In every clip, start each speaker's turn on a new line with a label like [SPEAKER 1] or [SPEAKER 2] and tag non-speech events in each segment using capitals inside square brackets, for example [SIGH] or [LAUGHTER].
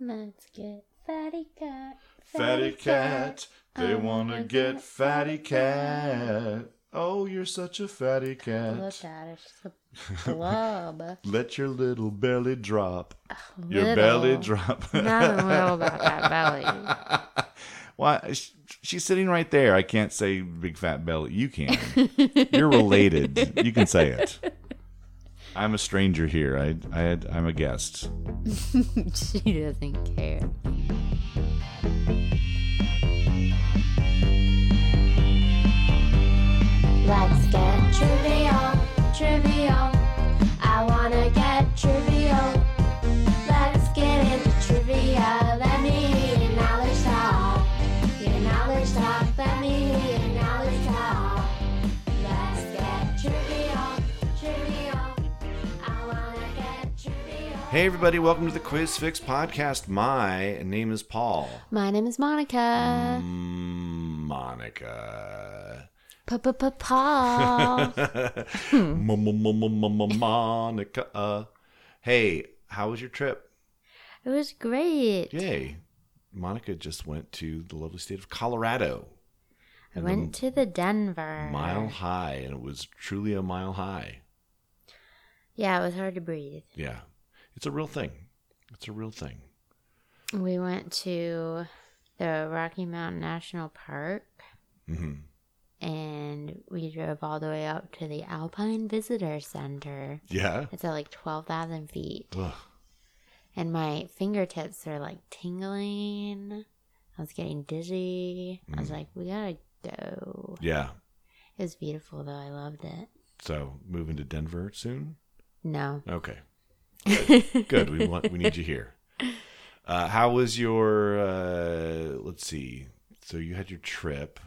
[SPEAKER 1] Let's get fatty cat.
[SPEAKER 2] Fatty cat, they
[SPEAKER 1] I
[SPEAKER 2] wanna
[SPEAKER 1] wanna
[SPEAKER 2] get
[SPEAKER 1] get
[SPEAKER 2] fatty
[SPEAKER 1] cat.
[SPEAKER 2] cat. Oh, you're such a fatty
[SPEAKER 1] Look at
[SPEAKER 2] cat.
[SPEAKER 1] her. She's a [LAUGHS] blob.
[SPEAKER 2] Let your little belly drop. Your
[SPEAKER 1] Little.
[SPEAKER 2] belly drop. [LAUGHS]
[SPEAKER 1] Not a little about that belly.
[SPEAKER 2] Why? sh- She's sitting right there. I can't say big fat belly. You [LAUGHS] can. You're related. You can say it. I'm a stranger here. I, I, I'm a guest.
[SPEAKER 1] [LAUGHS] she doesn't care.
[SPEAKER 3] Let's get trivial, trivial. I wanna get trivial. Let's get into trivia. Let me hear your knowledge talk. Your knowledge talk. Let me hear your knowledge talk. Let's get trivial, trivial. I wanna get trivial.
[SPEAKER 2] Hey, everybody. Welcome to the Quiz Fix podcast. My name is Paul.
[SPEAKER 1] My name is Monica.
[SPEAKER 2] Monica. [LAUGHS]
[SPEAKER 1] Pa-pa-pa-Paul.
[SPEAKER 2] Monica. Hey, how was your trip?
[SPEAKER 1] It was great.
[SPEAKER 2] Yay. Monica just went to the lovely state of Colorado.
[SPEAKER 1] I went to the Denver.
[SPEAKER 2] Mile high, and it was truly a mile high.
[SPEAKER 1] Yeah, it was hard to breathe.
[SPEAKER 2] Yeah. It's a real thing. It's a real thing.
[SPEAKER 1] We went to the Rocky Mountain National Park
[SPEAKER 2] hmm
[SPEAKER 1] and we drove all the way up to the Alpine Visitor Center.
[SPEAKER 2] Yeah.
[SPEAKER 1] It's at like 12,000 feet.
[SPEAKER 2] Ugh.
[SPEAKER 1] And my fingertips are like tingling. I was getting dizzy. I was like, we gotta go.
[SPEAKER 2] Yeah.
[SPEAKER 1] It was beautiful though. I loved it.
[SPEAKER 2] So moving to Denver soon? [LAUGHS]
[SPEAKER 1] No.
[SPEAKER 2] Okay. Good. Good. We want we need you here. Uh, how was your uh, let's see. So you had your trip.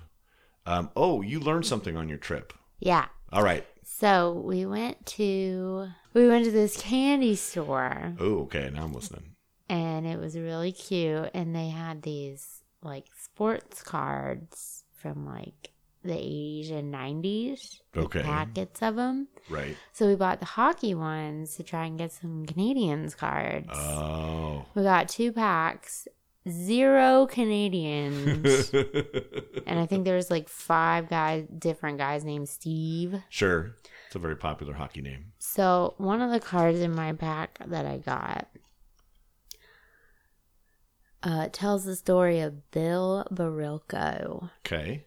[SPEAKER 2] Um, oh, you learned something on your trip.
[SPEAKER 1] Yeah.
[SPEAKER 2] All right.
[SPEAKER 1] So we went to we went to this candy store
[SPEAKER 2] Oh, okay. Now I'm listening.
[SPEAKER 1] and it was really cute and they had these like sports cards from like the 80s and 90s like,
[SPEAKER 2] Okay.
[SPEAKER 1] packets of them
[SPEAKER 2] Right.
[SPEAKER 1] so we bought the hockey ones to try and get some canadians cards [LAUGHS]
[SPEAKER 2] Oh.
[SPEAKER 1] we got two packs zero
[SPEAKER 2] [LAUGHS]
[SPEAKER 1] canadians and i think there was like five guys different guys named steve
[SPEAKER 2] sure. It's a very popular hockey name.
[SPEAKER 1] So one of the cards in my pack that I got uh, tells the story of Bill Barilko.
[SPEAKER 2] Okay.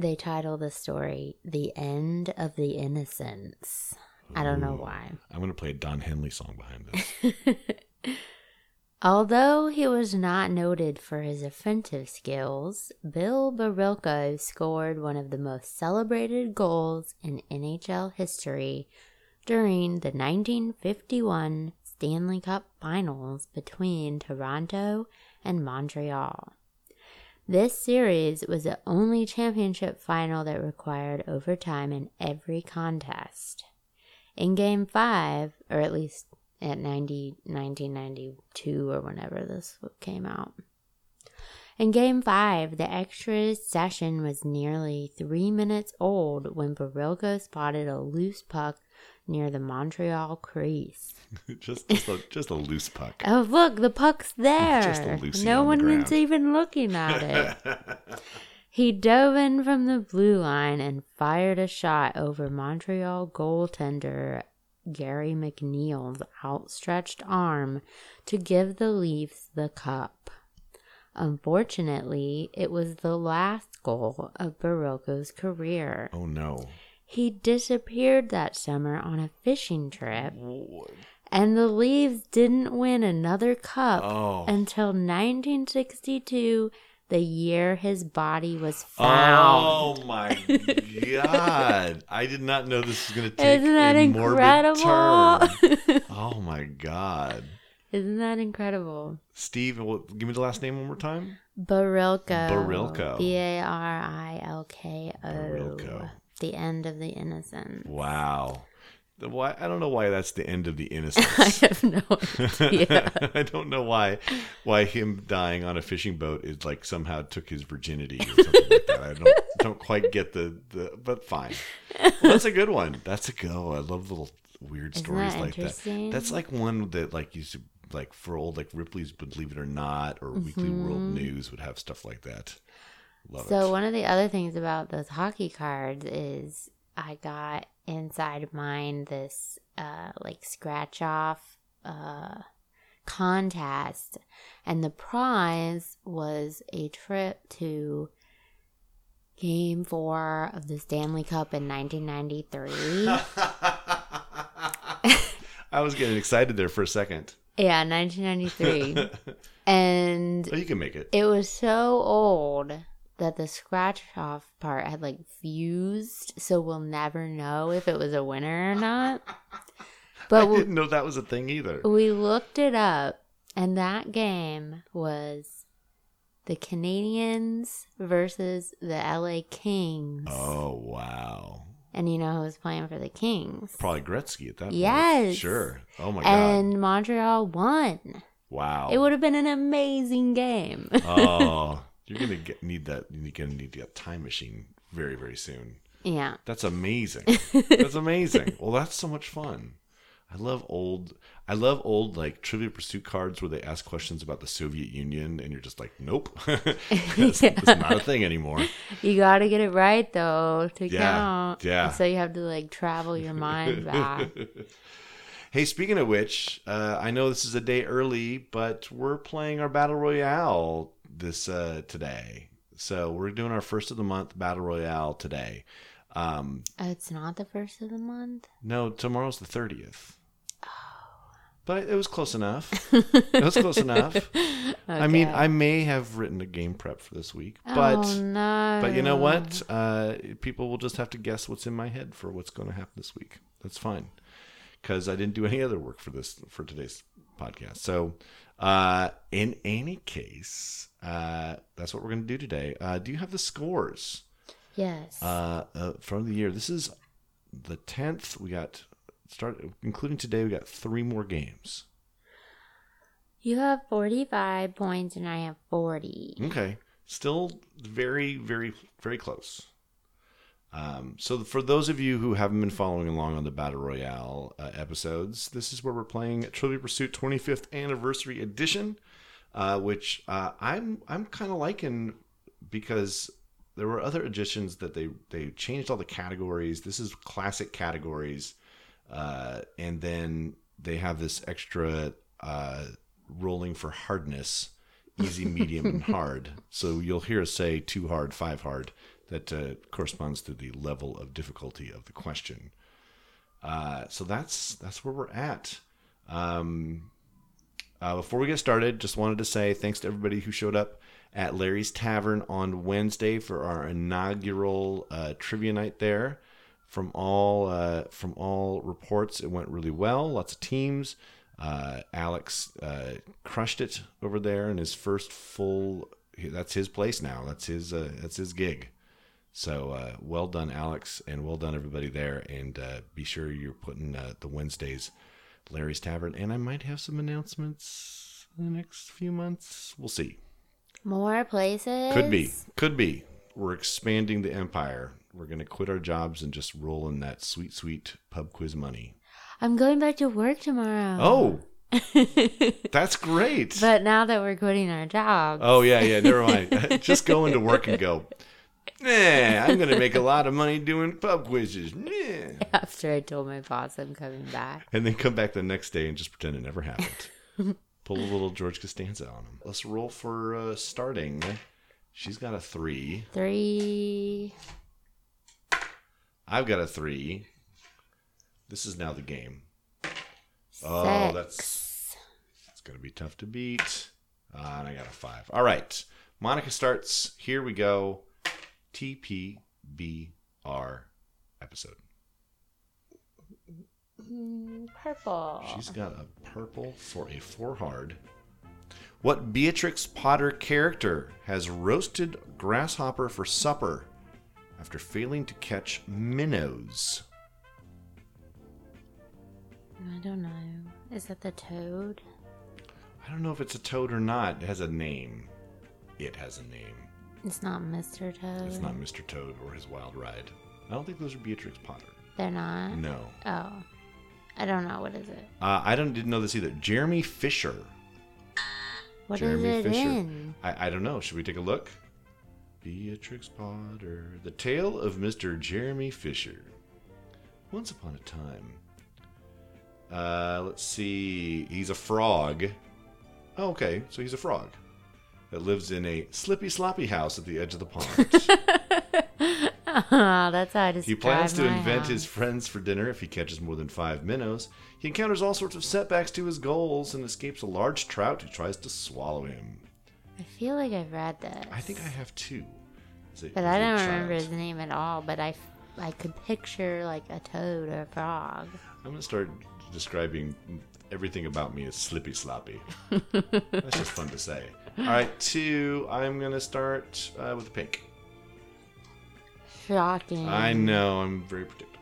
[SPEAKER 1] They title the story "The End of the Innocents." I don't know
[SPEAKER 2] Ooh.
[SPEAKER 1] why.
[SPEAKER 2] I'm gonna play a Don Henley song behind this.
[SPEAKER 1] [LAUGHS] Although he was not noted for his offensive skills, Bill Barilko scored one of the most celebrated goals in NHL history during the 1951 Stanley Cup Finals between Toronto and Montreal. This series was the only championship final that required overtime in every contest. In game five, or at least at 90, 1992 or whenever this came out. In game five, the extra session was nearly three minutes old when Barilko spotted a loose puck near the Montreal crease. [LAUGHS]
[SPEAKER 2] just just a, just a loose puck.
[SPEAKER 1] Oh, look, the puck's there.
[SPEAKER 2] Just a Lucy
[SPEAKER 1] no
[SPEAKER 2] on the
[SPEAKER 1] one
[SPEAKER 2] ground.
[SPEAKER 1] was even looking at it.
[SPEAKER 2] [LAUGHS]
[SPEAKER 1] He dove in from the blue line and fired a shot over Montreal goaltender Gary McNeil's outstretched arm to give the Leafs the cup. Unfortunately, it was the last goal of Barocco's career.
[SPEAKER 2] Oh no.
[SPEAKER 1] He disappeared that summer on a fishing trip,
[SPEAKER 2] What?
[SPEAKER 1] and the Leafs didn't win another cup
[SPEAKER 2] Oh.
[SPEAKER 1] until 1962, the year his body was found.
[SPEAKER 2] Oh my god! I did not know this was going to
[SPEAKER 1] [LAUGHS]
[SPEAKER 2] take
[SPEAKER 1] Isn't that
[SPEAKER 2] a
[SPEAKER 1] incredible? [LAUGHS]
[SPEAKER 2] morbid turn. Oh my god,
[SPEAKER 1] Isn't that incredible?
[SPEAKER 2] Steve! what- Give me the last name one more time.
[SPEAKER 1] Barilko.
[SPEAKER 2] Barilko.
[SPEAKER 1] B A R I L K O.
[SPEAKER 2] Barilko.
[SPEAKER 1] The end of the innocent. [LAUGHS]
[SPEAKER 2] Wow. The- Why? I don't know why that's the end of the
[SPEAKER 1] [LAUGHS] I
[SPEAKER 2] innocence.
[SPEAKER 1] have
[SPEAKER 2] [LAUGHS]
[SPEAKER 1] no [LAUGHS] idea.
[SPEAKER 2] I don't know why why him dying on a fishing boat is like somehow took his virginity or something like that. I don't [LAUGHS] don't quite get the, the but fine. Well, that's a good one. That's a go. I love little weird
[SPEAKER 1] Isn't
[SPEAKER 2] stories
[SPEAKER 1] that
[SPEAKER 2] like that.
[SPEAKER 1] interesting?
[SPEAKER 2] That's like one that like used to like for old like Ripley's Believe It or Not or Weekly World News would have stuff like that. Love
[SPEAKER 1] Mm-hmm. So
[SPEAKER 2] it.
[SPEAKER 1] one of the other things about those hockey cards is I got inside of mine this uh, like scratch off uh, contest, and the prize was a trip to Game Four of the Stanley Cup in 1993.
[SPEAKER 2] [LAUGHS] I was getting excited there for a second.
[SPEAKER 1] yeah,
[SPEAKER 2] [LAUGHS]
[SPEAKER 1] 1993, and
[SPEAKER 2] Oh, you can make it.
[SPEAKER 1] It was so old that the scratch off part had like fused, so we'll never know if it was a winner or
[SPEAKER 2] [LAUGHS]
[SPEAKER 1] not.
[SPEAKER 2] I
[SPEAKER 1] But
[SPEAKER 2] didn't
[SPEAKER 1] we,
[SPEAKER 2] know that was a thing either.
[SPEAKER 1] we looked it up, and that game was the Canadians versus the LA Kings.
[SPEAKER 2] Oh wow!
[SPEAKER 1] And you know who was playing for the Kings?
[SPEAKER 2] Probably Gretzky at that. point.
[SPEAKER 1] Yes.
[SPEAKER 2] Sure. Oh my god.
[SPEAKER 1] and Montreal won.
[SPEAKER 2] Wow.
[SPEAKER 1] It would have been an amazing game.
[SPEAKER 2] [LAUGHS]
[SPEAKER 1] [LAUGHS]
[SPEAKER 2] oh, you're gonna get, need that. You're gonna need that time machine very very soon.
[SPEAKER 1] yeah.
[SPEAKER 2] That's amazing.
[SPEAKER 1] [LAUGHS]
[SPEAKER 2] that's amazing. Well, that's so much fun. I love old. I love old like trivia pursuit cards where they ask questions about the Soviet Union, and you're just like, nope, [LAUGHS]
[SPEAKER 1] [LAUGHS]
[SPEAKER 2] it's, it's not a thing anymore.
[SPEAKER 1] You gotta get it right though to
[SPEAKER 2] Yeah,
[SPEAKER 1] count.
[SPEAKER 2] yeah.
[SPEAKER 1] So you have to like travel your
[SPEAKER 2] [LAUGHS]
[SPEAKER 1] mind back.
[SPEAKER 2] Hey, speaking of which, uh, I know this is a day early, but we're playing our battle royale this uh, today. So we're doing our first of the month battle royale today. Um,
[SPEAKER 1] Oh, it's not the first of the month.
[SPEAKER 2] no, tomorrow's the thirtieth.
[SPEAKER 1] Oh.
[SPEAKER 2] But it was
[SPEAKER 1] [LAUGHS]
[SPEAKER 2] close enough. it was close enough. I mean,
[SPEAKER 1] Okay.
[SPEAKER 2] I may have written a game prep for this week, but
[SPEAKER 1] oh, no.
[SPEAKER 2] but you know what? Uh, people will just have to guess what's in my head for what's going to happen this week. That's fine, because I didn't do any other work for this for today's podcast. So, uh, in any case, uh, that's what we're going to do today. Uh, do you have the scores
[SPEAKER 1] Yes.
[SPEAKER 2] uh, uh, from the year? This is the tenth. We got start including today. We got three more games.
[SPEAKER 1] you have forty-five points, and I have forty.
[SPEAKER 2] Okay. Still very, very, very close. Um, so, for those of you who haven't been following along on the Battle Royale uh, episodes, this is where we're playing Trivia Pursuit 25th Anniversary Edition, uh, which uh, I'm I'm kind of liking because there were other editions that they they changed all the categories. This is classic categories, uh, and then they have this extra uh, rolling for hardness, easy, medium, and hard. So you'll hear us say two hard, five hard. That uh, corresponds to the level of difficulty of the question. Uh, so that's that's where we're at. Um, uh, before we get started, just wanted to say thanks to everybody who showed up at Larry's Tavern on Wednesday for our inaugural uh, trivia night there. From all uh, from all reports, it went really well. Lots of teams. Uh, Alex uh, crushed it over there in his first full. That's his place now. That's his. Uh, that's his gig. So uh, well done, Alex, and well done everybody there. And uh, be sure you're putting uh, the Wednesdays, Larry's Tavern, and I might have some announcements in the next few months. We'll see.
[SPEAKER 1] More places.
[SPEAKER 2] Could be. Could be. We're expanding the empire. We're gonna quit our jobs and just roll in that sweet, sweet pub quiz money.
[SPEAKER 1] I'm going back to work tomorrow.
[SPEAKER 2] Oh, that's great.
[SPEAKER 1] But now that we're quitting our jobs,
[SPEAKER 2] Oh yeah, yeah. Never mind. [LAUGHS] Just go into work and go. Nah, I'm gonna make a lot of money doing pub quizzes. Nah.
[SPEAKER 1] after I told my boss I'm coming back.
[SPEAKER 2] and then come back the next day and just pretend it never happened. [LAUGHS] Pull a little George Costanza on him. Let's roll for uh, starting. She's got a three.
[SPEAKER 1] Three.
[SPEAKER 2] I've got a three. This is now the game. Oh,
[SPEAKER 1] six.
[SPEAKER 2] that's- It's going to be tough to beat. Uh, and I got a five. All right. Monica starts. Here we go. TPBR episode.
[SPEAKER 1] Mm, purple.
[SPEAKER 2] She's got a purple for a four hard. What Beatrix Potter character has roasted grasshopper for supper after failing to catch minnows?
[SPEAKER 1] I don't know. Is that the toad?
[SPEAKER 2] I don't know if it's a toad or not. It has a name. It has a name.
[SPEAKER 1] It's not Mr. Toad.
[SPEAKER 2] It's not Mr. Toad or his wild ride. I don't think those are Beatrix Potter.
[SPEAKER 1] They're not.
[SPEAKER 2] No.
[SPEAKER 1] Oh. I don't know. What is it?
[SPEAKER 2] Uh, I don't didn't know this either. Jeremy Fisher.
[SPEAKER 1] What is
[SPEAKER 2] Jeremy
[SPEAKER 1] it
[SPEAKER 2] Fisher.
[SPEAKER 1] in? [LAUGHS]
[SPEAKER 2] I, I don't know. Should we take a look? Beatrix Potter. The Tale of Mr. Jeremy Fisher. Once upon a time. Uh, let's see. He's a frog. Oh, okay. So he's a frog that lives in a slippy, sloppy house at the edge of
[SPEAKER 1] [LAUGHS]
[SPEAKER 2] the pond.
[SPEAKER 1] oh, that's how I describe
[SPEAKER 2] he plans to
[SPEAKER 1] my
[SPEAKER 2] invent
[SPEAKER 1] house.
[SPEAKER 2] his friends for dinner if he catches more than five minnows. He encounters all sorts of setbacks to his goals and escapes a large trout who tries to swallow him.
[SPEAKER 1] I feel like I've read this.
[SPEAKER 2] I think I have two. As a-
[SPEAKER 1] But
[SPEAKER 2] as
[SPEAKER 1] I
[SPEAKER 2] a
[SPEAKER 1] don't
[SPEAKER 2] child.
[SPEAKER 1] remember his name at all. But I, f- I could picture like a toad or a frog.
[SPEAKER 2] I'm gonna start describing everything about me as
[SPEAKER 1] [LAUGHS]
[SPEAKER 2] slippy sloppy. That's just fun to say. All right, two. I'm gonna start uh, with the pink.
[SPEAKER 1] Shocking.
[SPEAKER 2] I know I'm very predictable.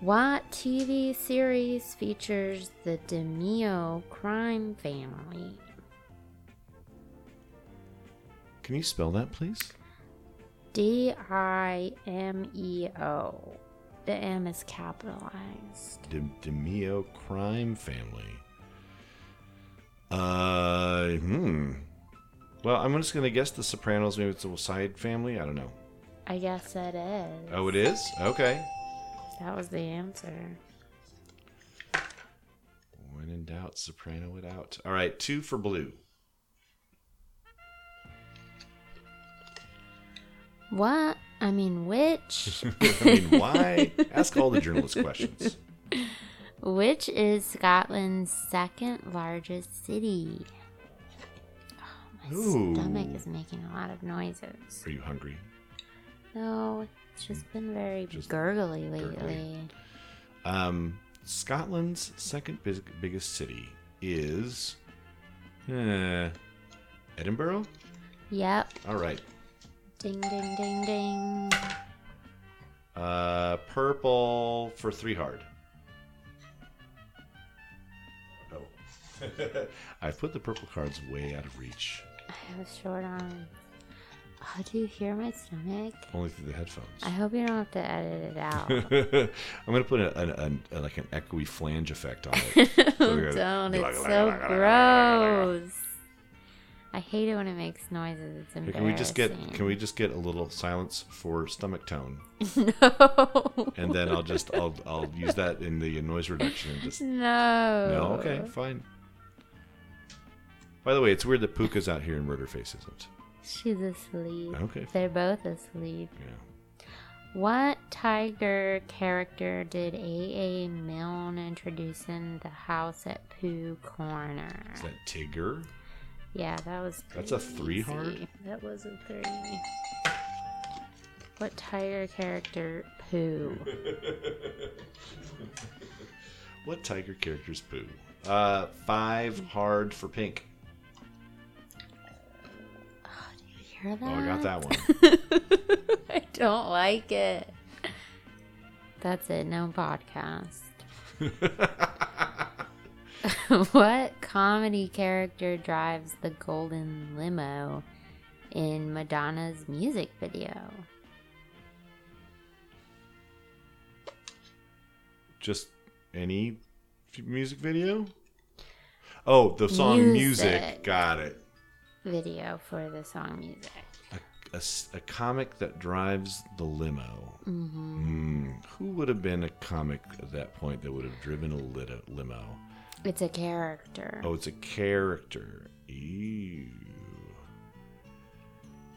[SPEAKER 1] What TV series features the DeMeo crime family?
[SPEAKER 2] Can you spell that, please?
[SPEAKER 1] D I M E O. The M is capitalized.
[SPEAKER 2] De- DeMio crime family. Uh, hmm. Well, I'm just gonna guess the Sopranos. Maybe it's a side family. I don't know.
[SPEAKER 1] I guess that is.
[SPEAKER 2] Oh, it is. Okay.
[SPEAKER 1] That was the answer.
[SPEAKER 2] When in doubt, soprano it out. All right, two for blue.
[SPEAKER 1] What? I mean,
[SPEAKER 2] [LAUGHS]
[SPEAKER 1] which?
[SPEAKER 2] I mean, why? Ask all the journalist questions.
[SPEAKER 1] which is Scotland's second largest city? Oh, my
[SPEAKER 2] Ooh.
[SPEAKER 1] stomach is making a lot of noises.
[SPEAKER 2] Are you hungry?
[SPEAKER 1] No, it's just been very
[SPEAKER 2] Just
[SPEAKER 1] gurgly
[SPEAKER 2] gurgly.
[SPEAKER 1] lately.
[SPEAKER 2] Um, Scotland's second big, biggest city is uh, Edinburgh.
[SPEAKER 1] Yep.
[SPEAKER 2] All right.
[SPEAKER 1] Ding, ding, ding, ding.
[SPEAKER 2] Uh, purple for three hard. Oh, [LAUGHS] I put the purple cards way out of reach,
[SPEAKER 1] I was short on. Oh, do you hear my stomach?
[SPEAKER 2] only through the
[SPEAKER 1] I
[SPEAKER 2] [LAUGHS] headphones.
[SPEAKER 1] hope you don't have to edit it
[SPEAKER 2] [LAUGHS]
[SPEAKER 1] out.
[SPEAKER 2] I'm gonna put a, an an a, like an echoey flange effect on
[SPEAKER 1] [LAUGHS]
[SPEAKER 2] it.
[SPEAKER 1] Oh, don't. It's so gross. I hate it when it makes noises. It's
[SPEAKER 2] Hey,
[SPEAKER 1] embarrassing.
[SPEAKER 2] Can we just get can we just get a little silence for stomach tone,
[SPEAKER 1] [LAUGHS] no.
[SPEAKER 2] and then
[SPEAKER 1] [LAUGHS]
[SPEAKER 2] I'll just I'll I'll use that in the noise reduction and just
[SPEAKER 1] No.
[SPEAKER 2] no okay fine. By the way, it's weird that Puka's out here and Murderface isn't.
[SPEAKER 1] She's asleep.
[SPEAKER 2] Okay.
[SPEAKER 1] They're both asleep.
[SPEAKER 2] Yeah.
[SPEAKER 1] What tiger character did A.A. Milne introduce in The House at Pooh Corner?
[SPEAKER 2] Is that Tigger?
[SPEAKER 1] Yeah, that was.
[SPEAKER 2] That's a
[SPEAKER 1] pretty
[SPEAKER 2] three hard?
[SPEAKER 1] easy. That was a three. What tiger character? Pooh.
[SPEAKER 2] [LAUGHS] What tiger character's Pooh? Uh, five hard for pink.
[SPEAKER 1] You hear that?
[SPEAKER 2] Oh, I got that one.
[SPEAKER 1] [LAUGHS] that. [LAUGHS] I don't like it. That's it. No
[SPEAKER 2] [LAUGHS]
[SPEAKER 1] podcast. [LAUGHS] what comedy character drives the golden limo in Madonna's music video?
[SPEAKER 2] Just any f- music video? Oh, the song music.
[SPEAKER 1] Music.
[SPEAKER 2] Got it.
[SPEAKER 1] Video for the song music.
[SPEAKER 2] A, s- a comic that drives the limo.
[SPEAKER 1] hmm
[SPEAKER 2] Mm, who would have been a comic at that point that would have driven a lit- limo?
[SPEAKER 1] It's a character.
[SPEAKER 2] Oh, it's a character. Ew.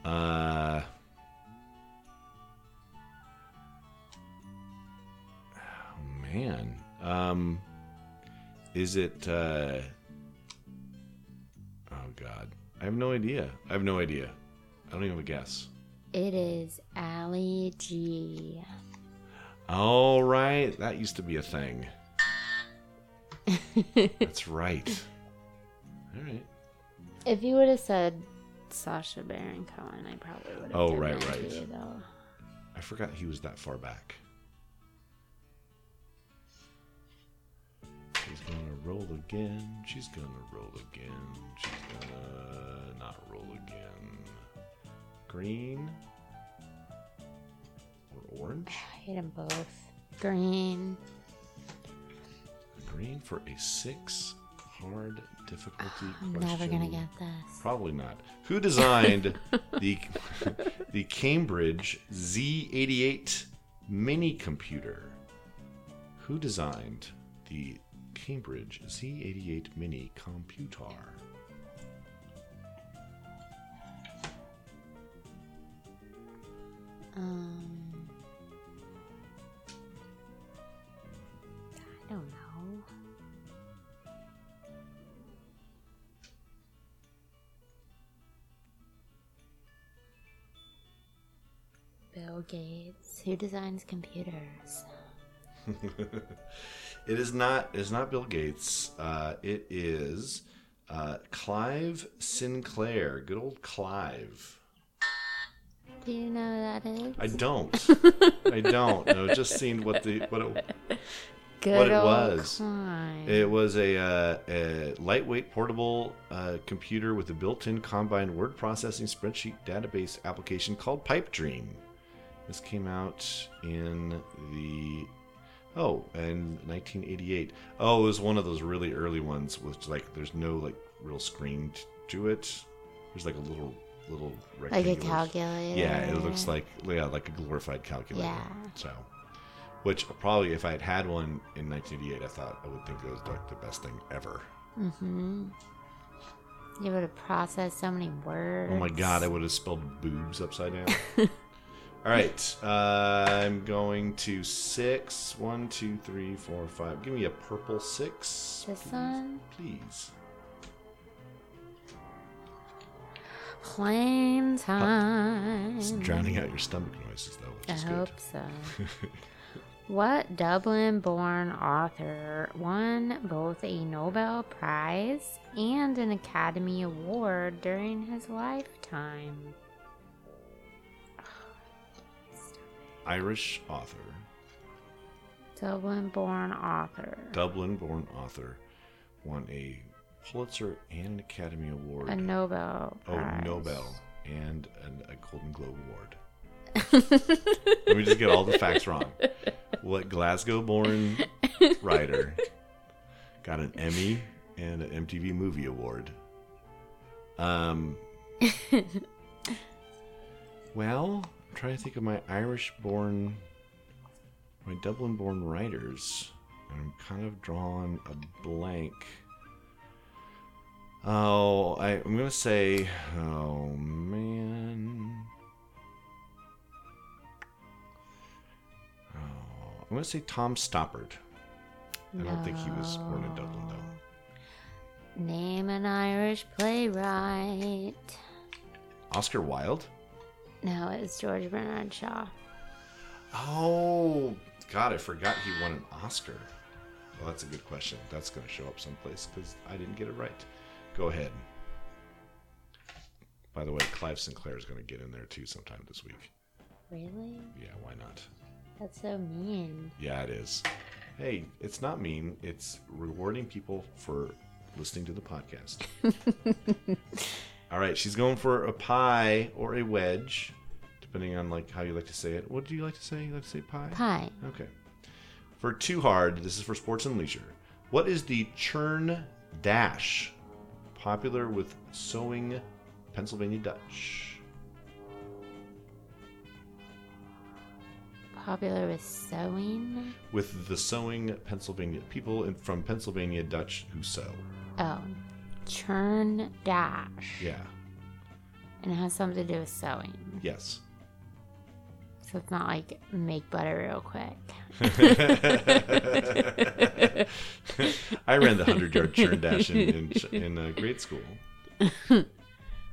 [SPEAKER 2] Uh. Oh man. Um. Is it? uh Oh God. I have no idea. I have no idea. I don't even have a guess.
[SPEAKER 1] It is Ali G.
[SPEAKER 2] All right, that used to be
[SPEAKER 1] [LAUGHS]
[SPEAKER 2] a thing. That's right. All right.
[SPEAKER 1] If you would have said Sasha Baron Cohen, I probably would have.
[SPEAKER 2] Oh,
[SPEAKER 1] done
[SPEAKER 2] right,
[SPEAKER 1] that
[SPEAKER 2] right.
[SPEAKER 1] to you, though.
[SPEAKER 2] I forgot he was that far back. She's gonna roll again. She's gonna roll again. She's gonna not roll again. Green or orange?
[SPEAKER 1] I hate them both. Green.
[SPEAKER 2] green for a six hard difficulty
[SPEAKER 1] I'm
[SPEAKER 2] question.
[SPEAKER 1] never gonna get this.
[SPEAKER 2] Probably not. Who designed the [LAUGHS] the Cambridge Z88 mini computer? Who designed the Cambridge Z88 mini computer?
[SPEAKER 1] Um, I don't know. Bill Gates, who designs computers?
[SPEAKER 2] It is not. It is not Bill Gates. Uh, it is uh, Clive Sinclair. Good old Clive.
[SPEAKER 1] Do you know who that is?
[SPEAKER 2] I don't. I don't. No, it just seemed what the what it,
[SPEAKER 1] Good
[SPEAKER 2] what it
[SPEAKER 1] old
[SPEAKER 2] was.
[SPEAKER 1] Klein.
[SPEAKER 2] It was a, uh, a lightweight portable uh, computer with a built in combined word processing spreadsheet database application called Pipedream. This came out in the. Oh, in 1988. Oh, it was one of those really early ones with like there's no like real screen t- to it. There's like a little little
[SPEAKER 1] like
[SPEAKER 2] rectangular.
[SPEAKER 1] a calculator.
[SPEAKER 2] Yeah, it looks like yeah, like a glorified calculator.
[SPEAKER 1] Yeah.
[SPEAKER 2] So, which probably if I had had one in 1988, I thought I would think it was like the best thing ever.
[SPEAKER 1] Mm-hmm. You would have processed so many words.
[SPEAKER 2] Oh my god, I would have spelled boobs upside [LAUGHS] down. All right, uh, I'm going to six. One, two, three, four, five. Give me a purple six,
[SPEAKER 1] This one?
[SPEAKER 2] please.
[SPEAKER 1] Plain time.
[SPEAKER 2] It's drowning out your stomach noises though, which
[SPEAKER 1] I
[SPEAKER 2] is
[SPEAKER 1] hope
[SPEAKER 2] good.
[SPEAKER 1] so.
[SPEAKER 2] [LAUGHS]
[SPEAKER 1] what Dublin born author won both a Nobel Prize and an Academy Award during his lifetime?
[SPEAKER 2] Irish author,
[SPEAKER 1] Dublin born author.
[SPEAKER 2] Dublin-born author, won a Pulitzer and an Academy Award.
[SPEAKER 1] A Nobel.
[SPEAKER 2] Oh,
[SPEAKER 1] Prize.
[SPEAKER 2] Nobel and an, a Golden Globe Award. Let me just get all the facts wrong. What Glasgow born writer got an Emmy and an MTV Movie Award? Um, well, I'm trying to think of my Irish born, my Dublin born writers. And I'm kind of drawing a blank. Oh, I, I'm gonna say, oh man. Oh, I'm gonna say Tom Stoppard. I don't think he was born in Dublin though.
[SPEAKER 1] Name an Irish playwright.
[SPEAKER 2] Oscar Wilde.
[SPEAKER 1] No, it was George Bernard Shaw.
[SPEAKER 2] Oh God, I forgot he won an Oscar. Well, that's a good question. That's gonna show up someplace because I didn't get it right. Go ahead. By the way, Clive Sinclair is gonna get in there too sometime this week.
[SPEAKER 1] Really?
[SPEAKER 2] Yeah, why not?
[SPEAKER 1] That's so mean.
[SPEAKER 2] Yeah, it is. Hey, it's not mean. It's rewarding people for listening to the podcast. All right, she's going for a pie or a wedge, depending on like how you like to say it. What do you like to say? You like to say pie?
[SPEAKER 1] Pie.
[SPEAKER 2] Okay. For too hard, this is for sports and leisure. What is the churn dash? Popular with sewing Pennsylvania Dutch.
[SPEAKER 1] Popular with sewing.
[SPEAKER 2] With the sewing Pennsylvania people in, from Pennsylvania Dutch who sew.
[SPEAKER 1] Oh. Churn dash.
[SPEAKER 2] Yeah.
[SPEAKER 1] And it has something to do with sewing.
[SPEAKER 2] Yes.
[SPEAKER 1] So it's not like make butter real quick.
[SPEAKER 2] I ran the 100 yard churn dash in, in, in uh, grade school. [LAUGHS]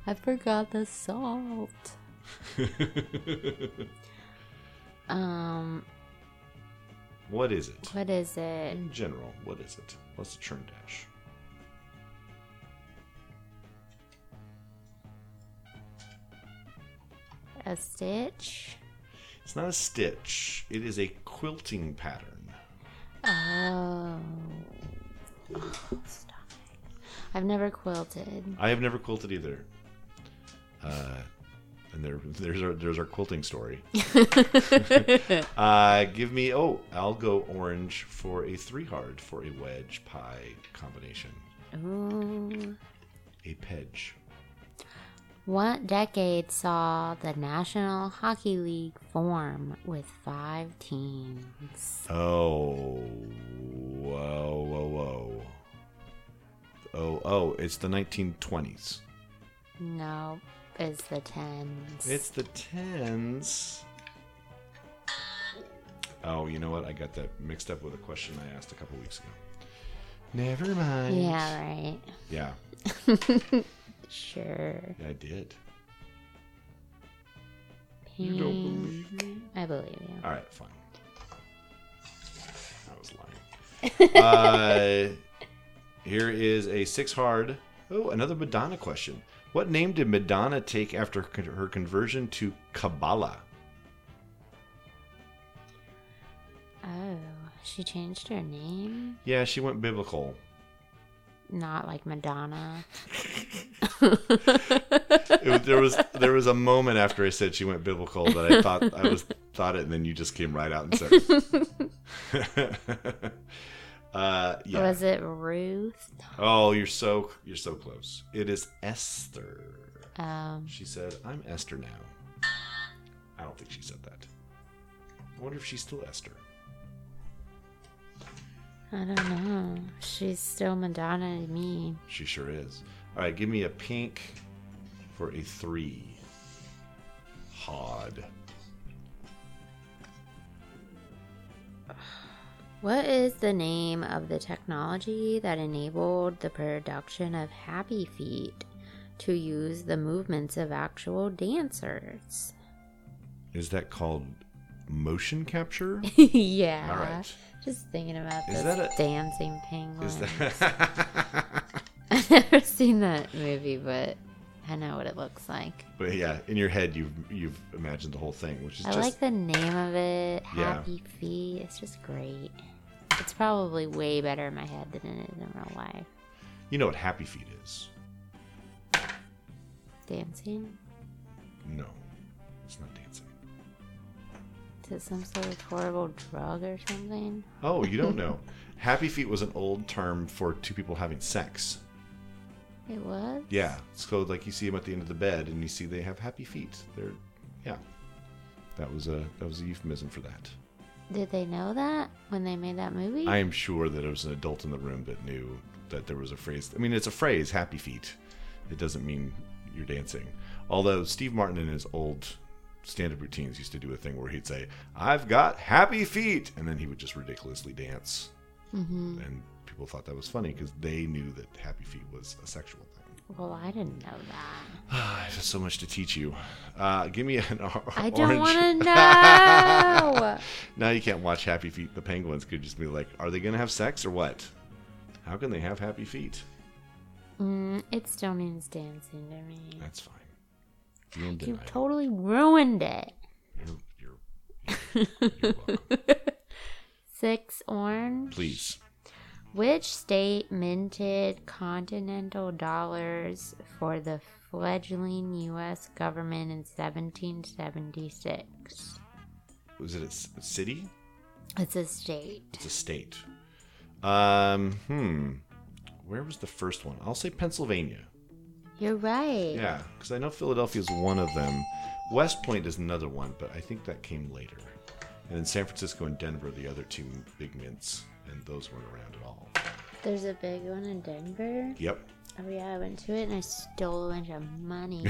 [SPEAKER 1] I forgot the salt. Um,
[SPEAKER 2] what is it?
[SPEAKER 1] what is it?
[SPEAKER 2] In general, what is it? What's a churn dash?
[SPEAKER 1] A stitch?
[SPEAKER 2] It's not a stitch, it is a quilting pattern.
[SPEAKER 1] Oh. oh stop
[SPEAKER 2] [LAUGHS]
[SPEAKER 1] it. I've never quilted.
[SPEAKER 2] I have never quilted either. Uh, and there, there's our there's our quilting story. uh, give me oh, I'll go orange for a three hard for a wedge pie combination.
[SPEAKER 1] Ooh.
[SPEAKER 2] A pedge.
[SPEAKER 1] What decade saw the National Hockey League form with five teams?
[SPEAKER 2] Oh, whoa, whoa, whoa. Oh, oh, it's the 1920s.
[SPEAKER 1] No, it's the tens.
[SPEAKER 2] It's the 10s. Oh, you know what? I got that mixed up with a question I asked a couple weeks ago. Never mind.
[SPEAKER 1] yeah, right.
[SPEAKER 2] Yeah,
[SPEAKER 1] [LAUGHS] Sure.
[SPEAKER 2] I did.
[SPEAKER 1] Pink. I believe you.
[SPEAKER 2] All right, fine. I was
[SPEAKER 1] [LAUGHS]
[SPEAKER 2] lying. uh, here is a six hard. Oh, another Madonna question. What name did Madonna take after con- her conversion to Kabbalah?
[SPEAKER 1] Oh, she changed her name?
[SPEAKER 2] Yeah, she went [LAUGHS] biblical.
[SPEAKER 1] Not like Madonna. [LAUGHS]
[SPEAKER 2] It was- there was there was a moment after I said she went biblical that I thought I was thought it, and then you just came right out and said it. [LAUGHS] uh, yeah.
[SPEAKER 1] Was it Ruth?
[SPEAKER 2] oh, you're so you're so close. It is Esther.
[SPEAKER 1] Um,
[SPEAKER 2] She said, I'm Esther now. I don't think she said that. I wonder if she's still Esther.
[SPEAKER 1] I don't know. She's still Madonna to me.
[SPEAKER 2] She sure is. All right, give me a pink for a three. Hod.
[SPEAKER 1] What is the name of the technology that enabled the production of Happy Feet to use the movements of actual dancers?
[SPEAKER 2] Is that called motion capture? [LAUGHS]
[SPEAKER 1] yeah.
[SPEAKER 2] All right.
[SPEAKER 1] Just thinking about
[SPEAKER 2] Is
[SPEAKER 1] this
[SPEAKER 2] that a-
[SPEAKER 1] dancing penguin.
[SPEAKER 2] Is [LAUGHS] that.
[SPEAKER 1] [LAUGHS] I've never seen that movie, but I know what it looks like.
[SPEAKER 2] but yeah, in your head, you've, you've imagined the whole thing, which is
[SPEAKER 1] I
[SPEAKER 2] just.
[SPEAKER 1] like the name of it.
[SPEAKER 2] Yeah.
[SPEAKER 1] Happy Feet. It's just great. It's probably way better in my head than it is in real life.
[SPEAKER 2] you know what Happy Feet is?
[SPEAKER 1] Dancing?
[SPEAKER 2] No, it's not dancing.
[SPEAKER 1] Is it some sort of horrible drug or something?
[SPEAKER 2] Oh, you
[SPEAKER 1] [LAUGHS]
[SPEAKER 2] don't know. Happy Feet was an old term for two people having sex.
[SPEAKER 1] It was?
[SPEAKER 2] Yeah. So like you see them at the end of the bed, and you see they have happy feet. They're, yeah. That was a that was a euphemism for that.
[SPEAKER 1] Did they know that when they made that movie?
[SPEAKER 2] I am sure that there was an adult in the room that knew that there was a phrase. I mean, it's a phrase, happy feet. It doesn't mean you're dancing. Although Steve Martin in his old stand-up routines used to do a thing where he'd say, "I've got happy feet," and then he would just ridiculously dance,
[SPEAKER 1] hmm
[SPEAKER 2] and people thought that was funny because they knew that happy feet was a sexual thing.
[SPEAKER 1] Well, I didn't know that.
[SPEAKER 2] Ah, I've got so much to teach you. Uh, give me an or-
[SPEAKER 1] I don't
[SPEAKER 2] orange.
[SPEAKER 1] want to
[SPEAKER 2] [LAUGHS]
[SPEAKER 1] know.
[SPEAKER 2] now you can't watch Happy Feet. The penguins could just be like, are they going to have sex or what? How can they have happy feet?
[SPEAKER 1] mm, it still means dancing to me.
[SPEAKER 2] That's fine. You don't
[SPEAKER 1] You
[SPEAKER 2] deny it.
[SPEAKER 1] totally ruined it.
[SPEAKER 2] You're, you're- you're welcome.
[SPEAKER 1] Six orange.
[SPEAKER 2] Please.
[SPEAKER 1] Which state minted continental dollars for the fledgling U.S. government in 1776?
[SPEAKER 2] Was it a s- a city?
[SPEAKER 1] It's a state.
[SPEAKER 2] It's a state. Um, hmm. Where was the first one? I'll say Pennsylvania.
[SPEAKER 1] You're right.
[SPEAKER 2] Yeah, because I know Philadelphia is one of them. West Point is another one, but I think that came later. And then San Francisco and Denver, are the other two big mints, and those weren't around at all.
[SPEAKER 1] There's a big one in Denver.
[SPEAKER 2] Yep.
[SPEAKER 1] Oh yeah, I went to it and I stole a bunch of
[SPEAKER 2] [LAUGHS]
[SPEAKER 1] money.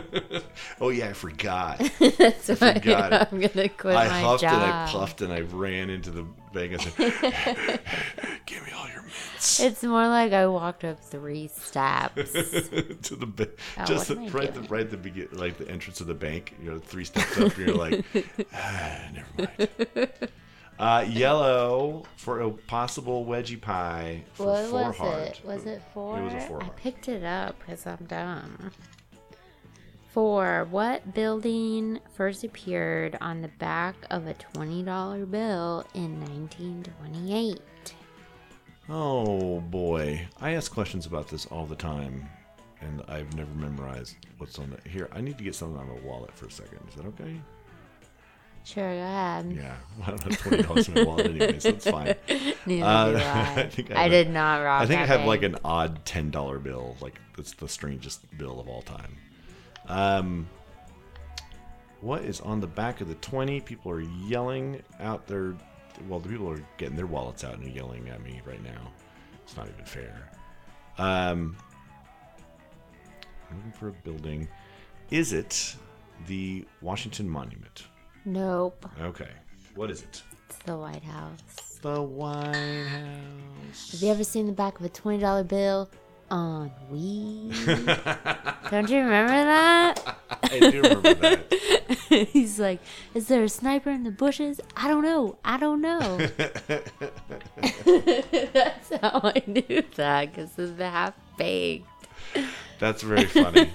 [SPEAKER 1] [LAUGHS]
[SPEAKER 2] oh yeah, I forgot.
[SPEAKER 1] That's why
[SPEAKER 2] forgot it.
[SPEAKER 1] [LAUGHS] I'm gonna quit
[SPEAKER 2] I
[SPEAKER 1] my
[SPEAKER 2] huffed
[SPEAKER 1] job.
[SPEAKER 2] and I puffed and I ran into the bank and said,
[SPEAKER 1] [LAUGHS]
[SPEAKER 2] "Give me all your mints."
[SPEAKER 1] It's more like I walked up three steps.
[SPEAKER 2] [LAUGHS] to the ba-
[SPEAKER 1] Oh,
[SPEAKER 2] just the,
[SPEAKER 1] what am I
[SPEAKER 2] right the
[SPEAKER 1] doing?
[SPEAKER 2] right the begin like the entrance of the bank. You're three steps up. and You're
[SPEAKER 1] [LAUGHS]
[SPEAKER 2] like, ah, never mind. Uh, yellow for a possible wedgie pie for
[SPEAKER 1] what
[SPEAKER 2] four
[SPEAKER 1] was
[SPEAKER 2] hard.
[SPEAKER 1] it? Was it four?
[SPEAKER 2] It was a four
[SPEAKER 1] I
[SPEAKER 2] hard.
[SPEAKER 1] picked it up because I'm dumb. Four. What building first appeared on the back of a twenty dollar bill in 1928?
[SPEAKER 2] Oh boy, I ask questions about this all the time, and I've never memorized what's on it. Here, I need to get something out of my wallet for a second. Is that okay?
[SPEAKER 1] Sure, go ahead.
[SPEAKER 2] Yeah. [LAUGHS] Well, I don't have twenty dollars in my wallet anyway, so it's fine.
[SPEAKER 1] Neither
[SPEAKER 2] Uh, [LAUGHS]
[SPEAKER 1] do I.
[SPEAKER 2] I think I
[SPEAKER 1] I
[SPEAKER 2] have-
[SPEAKER 1] did not rob.
[SPEAKER 2] I think I
[SPEAKER 1] that
[SPEAKER 2] have
[SPEAKER 1] bank.
[SPEAKER 2] like an odd ten dollar bill. Like it's the strangest bill of all time. Um, what is on the back of the twenty? People are yelling out their. Well, the people are getting their wallets out and yelling at me right now. It's not even fair. Um, I'm looking for a building. Is it the Washington Monument?
[SPEAKER 1] Nope.
[SPEAKER 2] Okay. What is it?
[SPEAKER 1] It's the White House.
[SPEAKER 2] The White House.
[SPEAKER 1] Have you ever seen the back of a twenty dollar bill on
[SPEAKER 2] [LAUGHS]
[SPEAKER 1] weed? Don't you remember that?
[SPEAKER 2] I do remember that.
[SPEAKER 1] [LAUGHS] He's like, "Is there a sniper in the bushes? I don't know. I don't
[SPEAKER 2] [LAUGHS]
[SPEAKER 1] know." [LAUGHS] That's how I knew that because it's half baked.
[SPEAKER 2] That's very funny.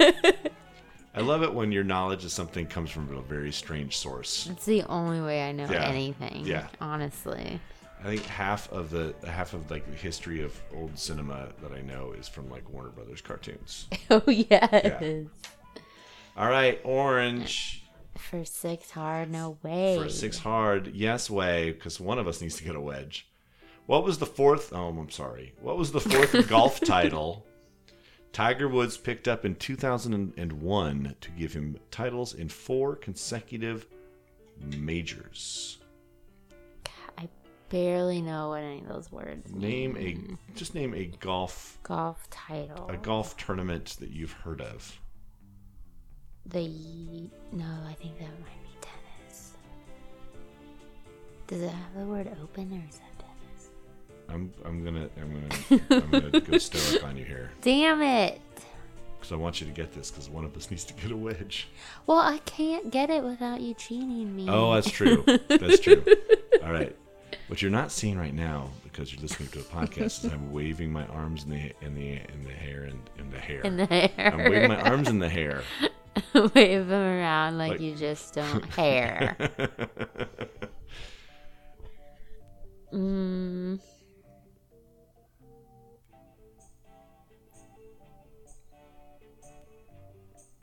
[SPEAKER 2] I love it when your knowledge of something comes from a very strange source.
[SPEAKER 1] It's the only way I know
[SPEAKER 2] Yeah.
[SPEAKER 1] anything.
[SPEAKER 2] Yeah.
[SPEAKER 1] Honestly. [LAUGHS]
[SPEAKER 2] I think half of the half of like the history of old cinema that I know is from like Warner Brothers cartoons.
[SPEAKER 1] Oh yes.
[SPEAKER 2] All right, orange
[SPEAKER 1] For six hard, no way.
[SPEAKER 2] for a six hard yes way because one of us needs to get a wedge. What was the fourth? Oh, I'm sorry. What was the fourth golf title Tiger Woods picked up in 2001 to give him titles in four consecutive majors?
[SPEAKER 1] I barely know what any of those words mean.
[SPEAKER 2] Name
[SPEAKER 1] Hmm.
[SPEAKER 2] a just name a golf
[SPEAKER 1] Golf title.
[SPEAKER 2] a golf tournament that you've heard of.
[SPEAKER 1] the ye- no, I think that might be tennis. Does it have the word open or is that tennis?
[SPEAKER 2] I'm I'm gonna I'm gonna I'm gonna
[SPEAKER 1] [LAUGHS]
[SPEAKER 2] go stoic on you here
[SPEAKER 1] Damn it!
[SPEAKER 2] because I want you to get this because one of us needs to get a wedge.
[SPEAKER 1] [LAUGHS] Well, I can't get it without you cheating me.
[SPEAKER 2] Oh, that's true. That's true. All right. What you're not seeing right now because you're listening to a podcast is I'm waving my arms in the in the in the hair and in the hair.
[SPEAKER 1] in the hair.
[SPEAKER 2] I'm waving my arms in the hair.
[SPEAKER 1] [LAUGHS] Wave them around like,
[SPEAKER 2] Like-
[SPEAKER 1] you
[SPEAKER 2] [LAUGHS]
[SPEAKER 1] just don't hair. mm.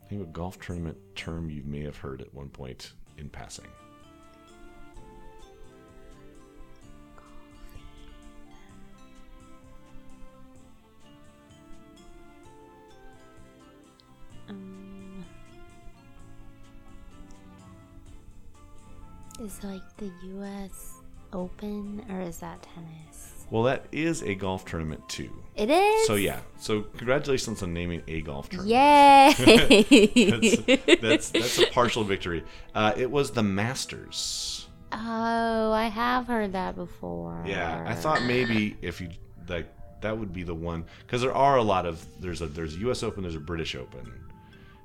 [SPEAKER 2] Name a golf tournament term you may have heard at one point in passing.
[SPEAKER 1] Um, is like the U.S. Open or is that tennis?
[SPEAKER 2] Well, that is a golf tournament too.
[SPEAKER 1] It is.
[SPEAKER 2] So yeah. So congratulations on naming a golf tournament.
[SPEAKER 1] Yay!
[SPEAKER 2] [LAUGHS] That's, that's that's a partial victory. Uh, it was the Masters.
[SPEAKER 1] [LAUGHS] oh, I have heard that before.
[SPEAKER 2] Yeah, I thought maybe if you like that would be the one because there are a lot of there's a there's a U.S. Open, there's a British Open,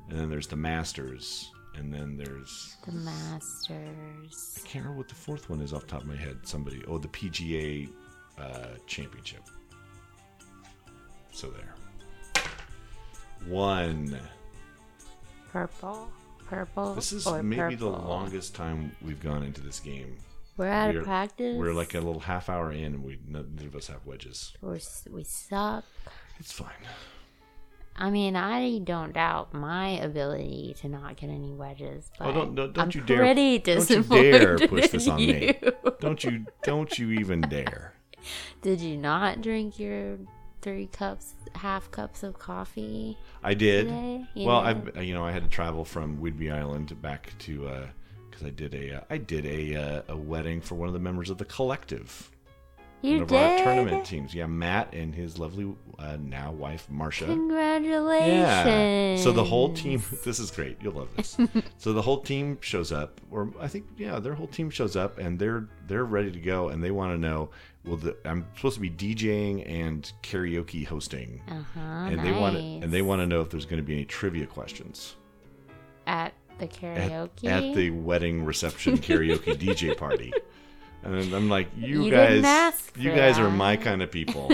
[SPEAKER 2] and then there's the Masters, and then there's
[SPEAKER 1] the Masters.
[SPEAKER 2] I can't remember what the fourth one is off the top of my head. Somebody oh the PGA uh, Championship. So there. One.
[SPEAKER 1] Purple, purple.
[SPEAKER 2] This is
[SPEAKER 1] or
[SPEAKER 2] maybe the
[SPEAKER 1] Oh, purple?
[SPEAKER 2] longest time we've gone into this game.
[SPEAKER 1] We're out
[SPEAKER 2] We're-
[SPEAKER 1] of practice.
[SPEAKER 2] We're like a little half hour in, and we neither of us have wedges.
[SPEAKER 1] We're s- we suck.
[SPEAKER 2] It's fine.
[SPEAKER 1] I mean, I don't doubt my ability to not get any wedges, but
[SPEAKER 2] Oh, don't- don't- don't
[SPEAKER 1] I'm
[SPEAKER 2] you dare-
[SPEAKER 1] pretty
[SPEAKER 2] don't you
[SPEAKER 1] disappointed
[SPEAKER 2] dare push this
[SPEAKER 1] in
[SPEAKER 2] on me.
[SPEAKER 1] you. [LAUGHS]
[SPEAKER 2] Don't you? Don't you even dare.
[SPEAKER 1] Did you not drink your three cups, half cups of coffee?
[SPEAKER 2] I did.
[SPEAKER 1] Today?
[SPEAKER 2] Well,
[SPEAKER 1] Yeah.
[SPEAKER 2] I you know I had to travel from Whidbey Island back to because I did a uh, I did a uh, a wedding for one of the members of the collective.
[SPEAKER 1] You
[SPEAKER 2] one of
[SPEAKER 1] did.
[SPEAKER 2] our tournament teams. Yeah, Matt and his lovely uh, now wife Marcia. Yeah.
[SPEAKER 1] Congratulations.
[SPEAKER 2] So the whole team. [LAUGHS] This is great. You'll love this. so the whole team shows up, or I think yeah, their whole team shows up, and they're they're ready to go, and they want to know. Well, the, I'm supposed to be DJing and karaoke hosting.
[SPEAKER 1] Uh huh.
[SPEAKER 2] and they want and they want to know if there's going to be any trivia questions
[SPEAKER 1] at the
[SPEAKER 2] at,
[SPEAKER 1] karaoke.
[SPEAKER 2] at the wedding reception
[SPEAKER 1] [LAUGHS]
[SPEAKER 2] karaoke DJ party. And I'm like, you,
[SPEAKER 1] You
[SPEAKER 2] guys,
[SPEAKER 1] didn't ask
[SPEAKER 2] you
[SPEAKER 1] for
[SPEAKER 2] guys are
[SPEAKER 1] that.
[SPEAKER 2] my kind
[SPEAKER 1] [LAUGHS]
[SPEAKER 2] of people,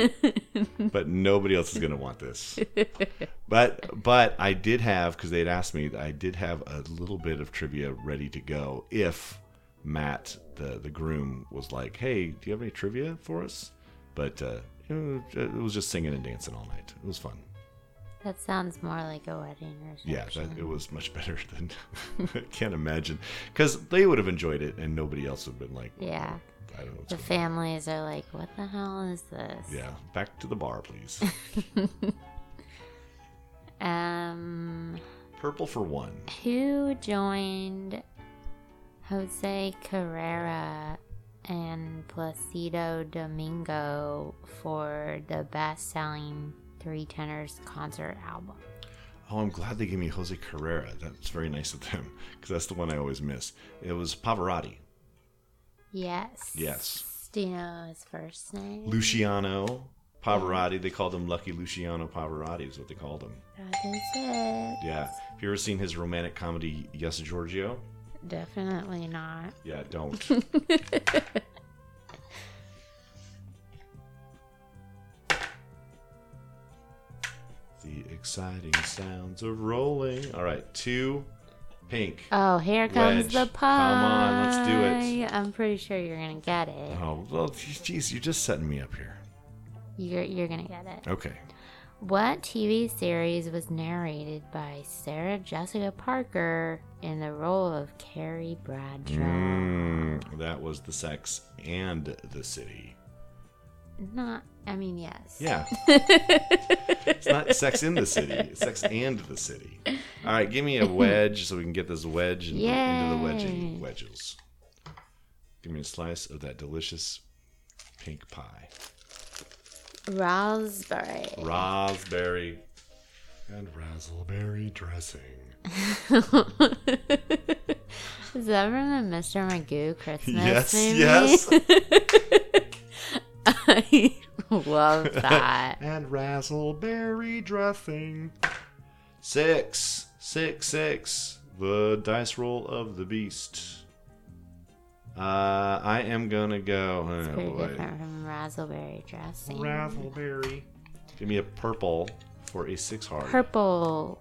[SPEAKER 2] but nobody else is going to want this. But but I did have because they'd asked me, I did have a little bit of trivia ready to go if Matt the the groom was like, hey, do you have any trivia for us? But uh, it was just singing and dancing all night. It was fun.
[SPEAKER 1] That sounds more like a wedding or something.
[SPEAKER 2] Yeah, that, it was much [LAUGHS] better than I can't imagine because they would have enjoyed it and nobody else would have been like,
[SPEAKER 1] Yeah.
[SPEAKER 2] I don't know. What's
[SPEAKER 1] The
[SPEAKER 2] going on.
[SPEAKER 1] families are like, what the hell is this?
[SPEAKER 2] Yeah, back to the bar, please.
[SPEAKER 1] Um,
[SPEAKER 2] Purple for one.
[SPEAKER 1] who joined Jose Carrera and Placido Domingo for the best selling Three Tenors concert album?
[SPEAKER 2] Oh, I'm glad they gave me Jose Carrera. That's very nice of them because that's the one I always miss. It was Pavarotti,
[SPEAKER 1] Yes.
[SPEAKER 2] Yes.
[SPEAKER 1] Do you know his first name?
[SPEAKER 2] Luciano Pavarotti. They called him Lucky Luciano Pavarotti, is what they called him.
[SPEAKER 1] That is it.
[SPEAKER 2] Yeah. Have you ever seen his romantic comedy, Yes, Giorgio?
[SPEAKER 1] Definitely not.
[SPEAKER 2] Yeah, don't. the exciting sounds of rolling. All right, two pink.
[SPEAKER 1] Oh, here comes
[SPEAKER 2] Wedge.
[SPEAKER 1] the pie.
[SPEAKER 2] Come on, let's do it.
[SPEAKER 1] I'm pretty sure you're gonna get it.
[SPEAKER 2] Oh, well, geez, you're just setting me up here.
[SPEAKER 1] You're you're gonna get it.
[SPEAKER 2] Okay.
[SPEAKER 1] What TV series was narrated by Sarah Jessica Parker in the role of Carrie Bradshaw?
[SPEAKER 2] Mm, that was the sex and the city.
[SPEAKER 1] Not, I mean, yes.
[SPEAKER 2] Yeah. it's not sex in the city, it's sex and the city. All right, give me a wedge so we can get this wedge and, into the wedging
[SPEAKER 1] Yay.
[SPEAKER 2] wedges. Give me a slice of that delicious pink pie.
[SPEAKER 1] [LAUGHS] Raspberry.
[SPEAKER 2] Raspberry and razzleberry dressing.
[SPEAKER 1] Is that from the Mr. Magoo Christmas
[SPEAKER 2] Yes,
[SPEAKER 1] movie?
[SPEAKER 2] yes.
[SPEAKER 1] [LAUGHS] I love that.
[SPEAKER 2] And razzleberry dressing. Six, six, six. The dice roll of the beast. Uh, I am gonna go.
[SPEAKER 1] It's
[SPEAKER 2] [LAUGHS] oh,
[SPEAKER 1] pretty
[SPEAKER 2] boy.
[SPEAKER 1] different from raspberry dressing.
[SPEAKER 2] Razzleberry. Give me a purple for a six heart.
[SPEAKER 1] Purple.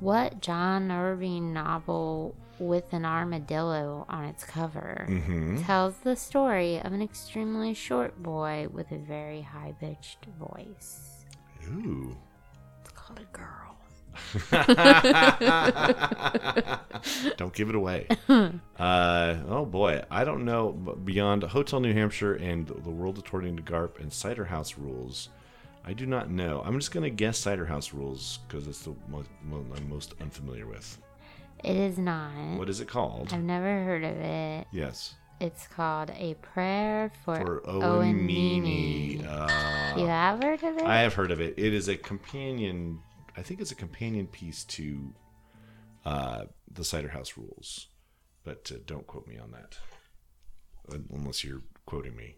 [SPEAKER 1] What John Irving novel with an armadillo on its cover
[SPEAKER 2] Mm-hmm.
[SPEAKER 1] tells the story of an extremely short boy with a very high pitched voice?
[SPEAKER 2] Ooh.
[SPEAKER 1] It's called a girl.
[SPEAKER 2] don't give it [LAUGHS] away. Uh, oh boy, I don't know. but Beyond Hotel New Hampshire and The World According to Garp and Cider House Rules, I do not know. I'm just gonna guess Cider House Rules because it's the mo- mo- I'm most unfamiliar with.
[SPEAKER 1] It is not.
[SPEAKER 2] What is it called?
[SPEAKER 1] I've never heard of it.
[SPEAKER 2] Yes,
[SPEAKER 1] It's called A Prayer for,
[SPEAKER 2] for Owen,
[SPEAKER 1] Owen
[SPEAKER 2] Meany.
[SPEAKER 1] Meany.
[SPEAKER 2] Uh,
[SPEAKER 1] you have heard of it?
[SPEAKER 2] I have heard of it. It is a companion. I think it's a companion piece to uh, the Cider House Rules, but uh, don't quote me on that, Un- unless you're quoting me.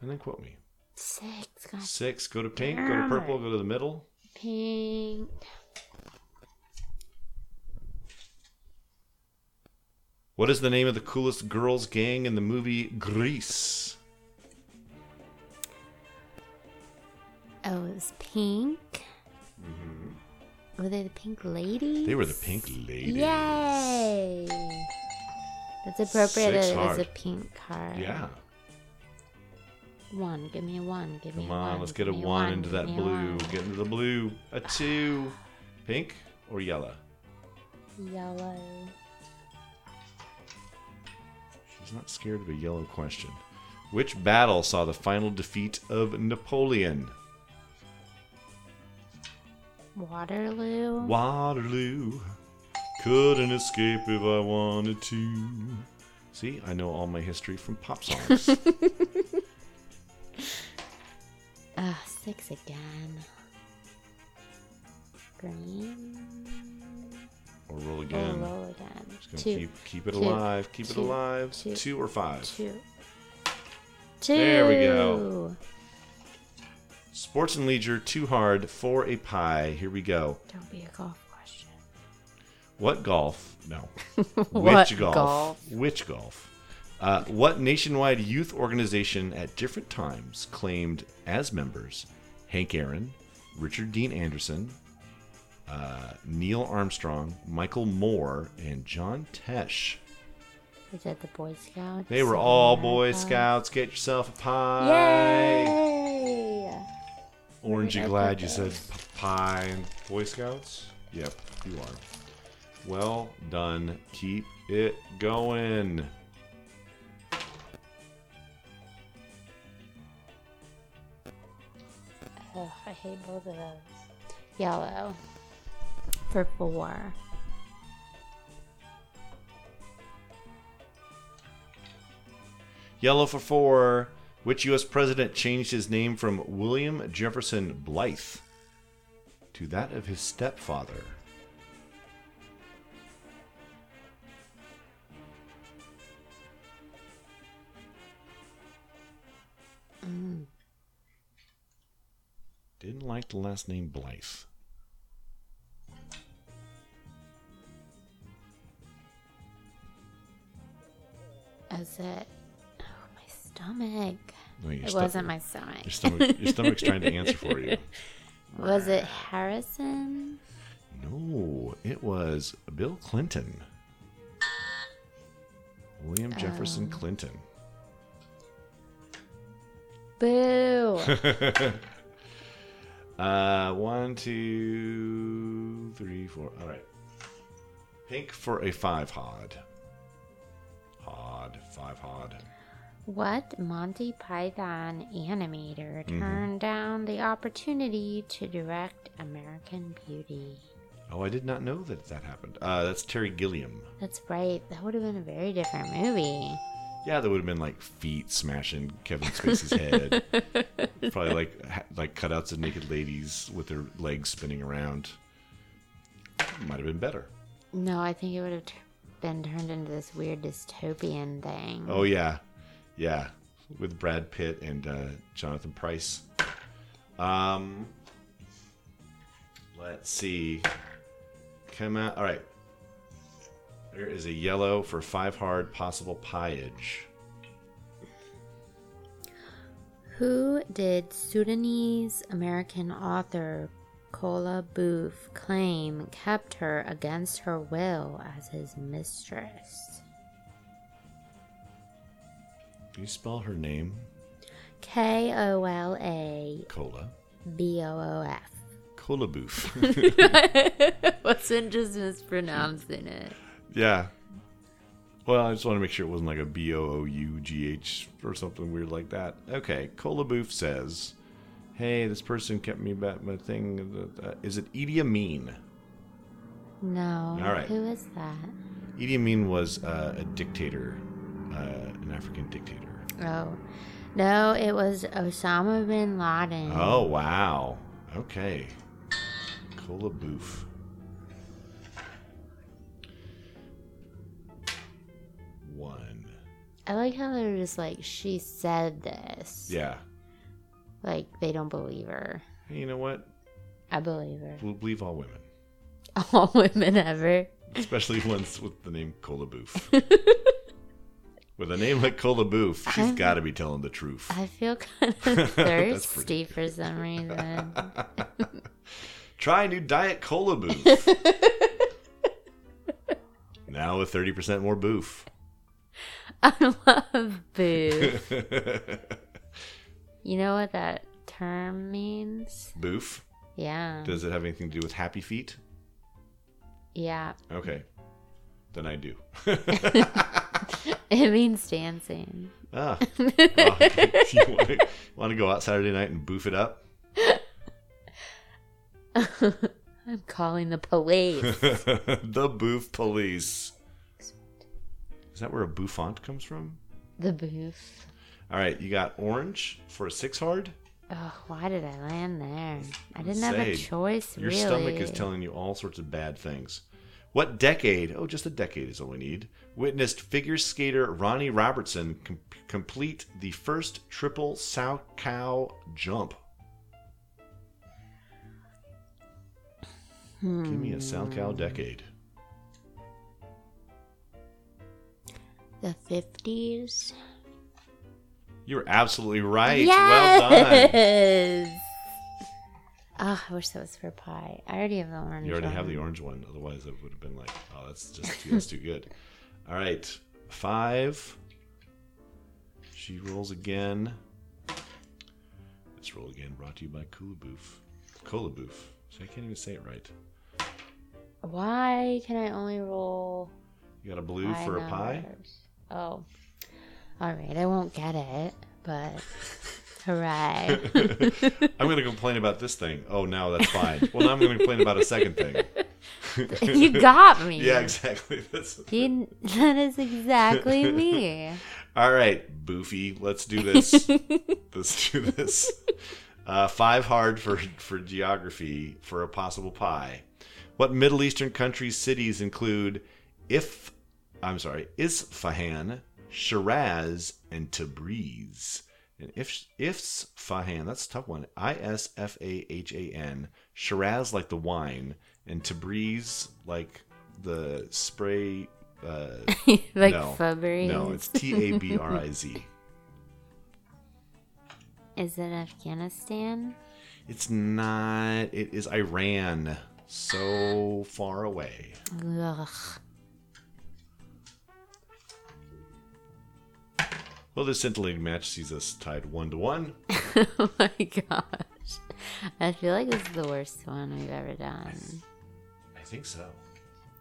[SPEAKER 2] And then quote me.
[SPEAKER 1] Six. God,
[SPEAKER 2] Six. Go to pink. Go to purple. Go to the middle.
[SPEAKER 1] pink.
[SPEAKER 2] What is the name of the coolest girls gang in the movie Grease?
[SPEAKER 1] Oh, it was pink.
[SPEAKER 2] Mm-hmm.
[SPEAKER 1] Were they the pink ladies?
[SPEAKER 2] They were the Pink Ladies.
[SPEAKER 1] Yay! That's appropriate
[SPEAKER 2] Six
[SPEAKER 1] that it was a
[SPEAKER 2] hard.
[SPEAKER 1] pink card.
[SPEAKER 2] Yeah.
[SPEAKER 1] One. Give me a one. Give me
[SPEAKER 2] Come
[SPEAKER 1] a one.
[SPEAKER 2] on, let's get a
[SPEAKER 1] give me
[SPEAKER 2] one, into
[SPEAKER 1] give
[SPEAKER 2] that
[SPEAKER 1] me a
[SPEAKER 2] blue.
[SPEAKER 1] one.
[SPEAKER 2] Get into the blue. A two. Pink or yellow?
[SPEAKER 1] Yellow.
[SPEAKER 2] She's not scared of a yellow question. Which battle saw the final defeat of Napoleon?
[SPEAKER 1] Waterloo.
[SPEAKER 2] Waterloo. Couldn't escape if I wanted to. See, I know all my history from pop songs.
[SPEAKER 1] [LAUGHS] Ah, six again. Green.
[SPEAKER 2] or roll
[SPEAKER 1] Or
[SPEAKER 2] again.
[SPEAKER 1] roll again.
[SPEAKER 2] Just gonna
[SPEAKER 1] Two.
[SPEAKER 2] keep keep it
[SPEAKER 1] two,
[SPEAKER 2] alive. Keep it
[SPEAKER 1] two,
[SPEAKER 2] alive.
[SPEAKER 1] two,
[SPEAKER 2] two or five.
[SPEAKER 1] Two. Two.
[SPEAKER 2] There we go. Sports and leisure, too hard for a pie. Here we go.
[SPEAKER 1] Don't be a golf question.
[SPEAKER 2] What golf?
[SPEAKER 1] [LAUGHS]
[SPEAKER 2] No.
[SPEAKER 1] What
[SPEAKER 2] Which golf?
[SPEAKER 1] golf?
[SPEAKER 2] Which golf? Uh, what nationwide youth organization at different times claimed as members Hank Aaron, Richard Dean Anderson, uh, Neil Armstrong, Michael Moore, and John Tesh?
[SPEAKER 1] Is that the Boy Scouts?
[SPEAKER 2] They were all
[SPEAKER 1] Yeah.
[SPEAKER 2] Boy Scouts. Get yourself a pie.
[SPEAKER 1] Yay!
[SPEAKER 2] Orange, you
[SPEAKER 1] I
[SPEAKER 2] glad
[SPEAKER 1] put
[SPEAKER 2] you said
[SPEAKER 1] those?
[SPEAKER 2] p- pie and Boy Scouts? Yep, you are. Well done. Keep it going.
[SPEAKER 1] Ugh, I hate both of those. Yellow for four.
[SPEAKER 2] Yellow for four. Which U.S. president changed his name from William Jefferson Blythe to that of his stepfather? Didn't like the last name Blythe.
[SPEAKER 1] Is it? Oh, my stomach.
[SPEAKER 2] No, your
[SPEAKER 1] it
[SPEAKER 2] stom-
[SPEAKER 1] wasn't my stomach.
[SPEAKER 2] Your, stomach, your stomach's trying to answer
[SPEAKER 1] [LAUGHS]
[SPEAKER 2] for you.
[SPEAKER 1] Was it Harrison?
[SPEAKER 2] No, it was Bill Clinton. William Jefferson Clinton.
[SPEAKER 1] Boo! [LAUGHS]
[SPEAKER 2] Uh, one, two, three, four. All right. Pink for a five hod. Hod, five hod.
[SPEAKER 1] what Monty Python animator
[SPEAKER 2] Mm-hmm.
[SPEAKER 1] turned down the opportunity to direct American Beauty?
[SPEAKER 2] Oh, I did not know that that happened. Uh, that's Terry Gilliam.
[SPEAKER 1] That's right. That would have been a very different movie.
[SPEAKER 2] Yeah, there would have been like feet smashing Kevin Spacey's head. Probably like ha- like cutouts of naked ladies with their legs spinning around. Might have been better.
[SPEAKER 1] No, I think it would have t- been turned into this weird dystopian thing.
[SPEAKER 2] Oh yeah, yeah, with Brad Pitt and uh, Jonathan Price. Um, let's see. Come out. All right. There is a yellow for five hard possible pieage.
[SPEAKER 1] Who did Sudanese American author Kola Booth claim kept her against her will as his mistress?
[SPEAKER 2] Can you spell her name?
[SPEAKER 1] K O L A
[SPEAKER 2] Cola.
[SPEAKER 1] B O O F. [LAUGHS]
[SPEAKER 2] Cola boof. [LAUGHS]
[SPEAKER 1] Wasn't just mispronouncing it.
[SPEAKER 2] Yeah. Well, I just want to make sure it wasn't like a B O O U G H or something weird like that. Okay, Kolaboof says, "Hey, this person kept me back my thing. Uh, Is it Idi Amin?
[SPEAKER 1] No.
[SPEAKER 2] All right.
[SPEAKER 1] Who is that?
[SPEAKER 2] Idi Amin was uh, a dictator, uh, an African dictator.
[SPEAKER 1] Oh. No, it was Osama bin Laden.
[SPEAKER 2] Oh wow. Okay. Kolaboof. One.
[SPEAKER 1] I like how they're just like, she said this.
[SPEAKER 2] Yeah.
[SPEAKER 1] Like, they don't believe her.
[SPEAKER 2] Hey, you know what?
[SPEAKER 1] I believe her. [LAUGHS]
[SPEAKER 2] We'll believe all women.
[SPEAKER 1] All women ever.
[SPEAKER 2] especially ones with the name Cola Boof. with a name like Cola Boof, she's
[SPEAKER 1] I'm-
[SPEAKER 2] got to be telling the truth.
[SPEAKER 1] I
[SPEAKER 2] [LAUGHS]
[SPEAKER 1] feel kind of
[SPEAKER 2] That's
[SPEAKER 1] thirsty for some reason. [LAUGHS]
[SPEAKER 2] Try new diet Cola Boof. now with thirty percent more Boof.
[SPEAKER 1] I love boo.
[SPEAKER 2] [LAUGHS]
[SPEAKER 1] You know what that term means?
[SPEAKER 2] boof.
[SPEAKER 1] Yeah.
[SPEAKER 2] Does it have anything to do with happy feet?
[SPEAKER 1] Yeah. [LAUGHS]
[SPEAKER 2] Okay, then I do.
[SPEAKER 1] It means dancing. [LAUGHS]
[SPEAKER 2] ah, Well, [LAUGHS] you want to go out Saturday night and boof it up? [LAUGHS]
[SPEAKER 1] I'm calling the
[SPEAKER 2] [LAUGHS]
[SPEAKER 1] police.
[SPEAKER 2] the boof police. Is that where a bouffant comes from?
[SPEAKER 1] the booth.
[SPEAKER 2] All right, you got orange for a six hard.
[SPEAKER 1] Oh, why did I land there? I didn't have a
[SPEAKER 2] Say,
[SPEAKER 1] choice,
[SPEAKER 2] Your
[SPEAKER 1] really.
[SPEAKER 2] stomach is telling you all sorts of bad things. What decade? Oh, just a decade is all we need. Witnessed figure skater Ronnie Robertson com- complete the first triple sow cow jump. Give me a sow
[SPEAKER 1] Hmm.
[SPEAKER 2] cow decade.
[SPEAKER 1] The 50s?
[SPEAKER 2] You're absolutely right. Well done.
[SPEAKER 1] yes! Oh, I wish that was for pie. I already have the orange
[SPEAKER 2] You already have
[SPEAKER 1] one.
[SPEAKER 2] the orange one. Otherwise, it would have been like, oh, that's just too, that's too good. [LAUGHS] All right, five. She rolls again. This roll again brought to you by Coolaboof. Coolaboof. See, I can't even say it right.
[SPEAKER 1] Why can I only roll
[SPEAKER 2] You got a blue
[SPEAKER 1] high
[SPEAKER 2] for a pie?
[SPEAKER 1] numbers? Oh, all right. I won't get it,
[SPEAKER 2] [LAUGHS]
[SPEAKER 1] but hooray!
[SPEAKER 2] I'm going to complain about this thing. Oh, now that's fine. Well, now I'm going to complain about a second thing.
[SPEAKER 1] [LAUGHS] you
[SPEAKER 2] [LAUGHS]
[SPEAKER 1] got me.
[SPEAKER 2] Yeah, exactly. [LAUGHS] That's,
[SPEAKER 1] You, that is
[SPEAKER 2] [LAUGHS]
[SPEAKER 1] exactly me. [LAUGHS]
[SPEAKER 2] all right, Boofy, let's do this. let's do this. Uh, five hard for, for geography for a possible pie. What Middle Eastern countries' cities include if, I'm sorry, Isfahan, Shiraz, and Tabriz? And if Isfahan, that's a tough one. I S F A H A N. Shiraz like the wine, and Tabriz like the spray. Uh,
[SPEAKER 1] like
[SPEAKER 2] no,
[SPEAKER 1] Febreze.
[SPEAKER 2] no, it's T A B R
[SPEAKER 1] [LAUGHS]
[SPEAKER 2] I Z.
[SPEAKER 1] Is it Afghanistan?
[SPEAKER 2] It's not. It is Iran. So far away.
[SPEAKER 1] Ugh.
[SPEAKER 2] Well, this scintillating match sees us tied one to one.
[SPEAKER 1] [LAUGHS] oh my gosh. I feel like this is the worst one we've ever done.
[SPEAKER 2] I think so.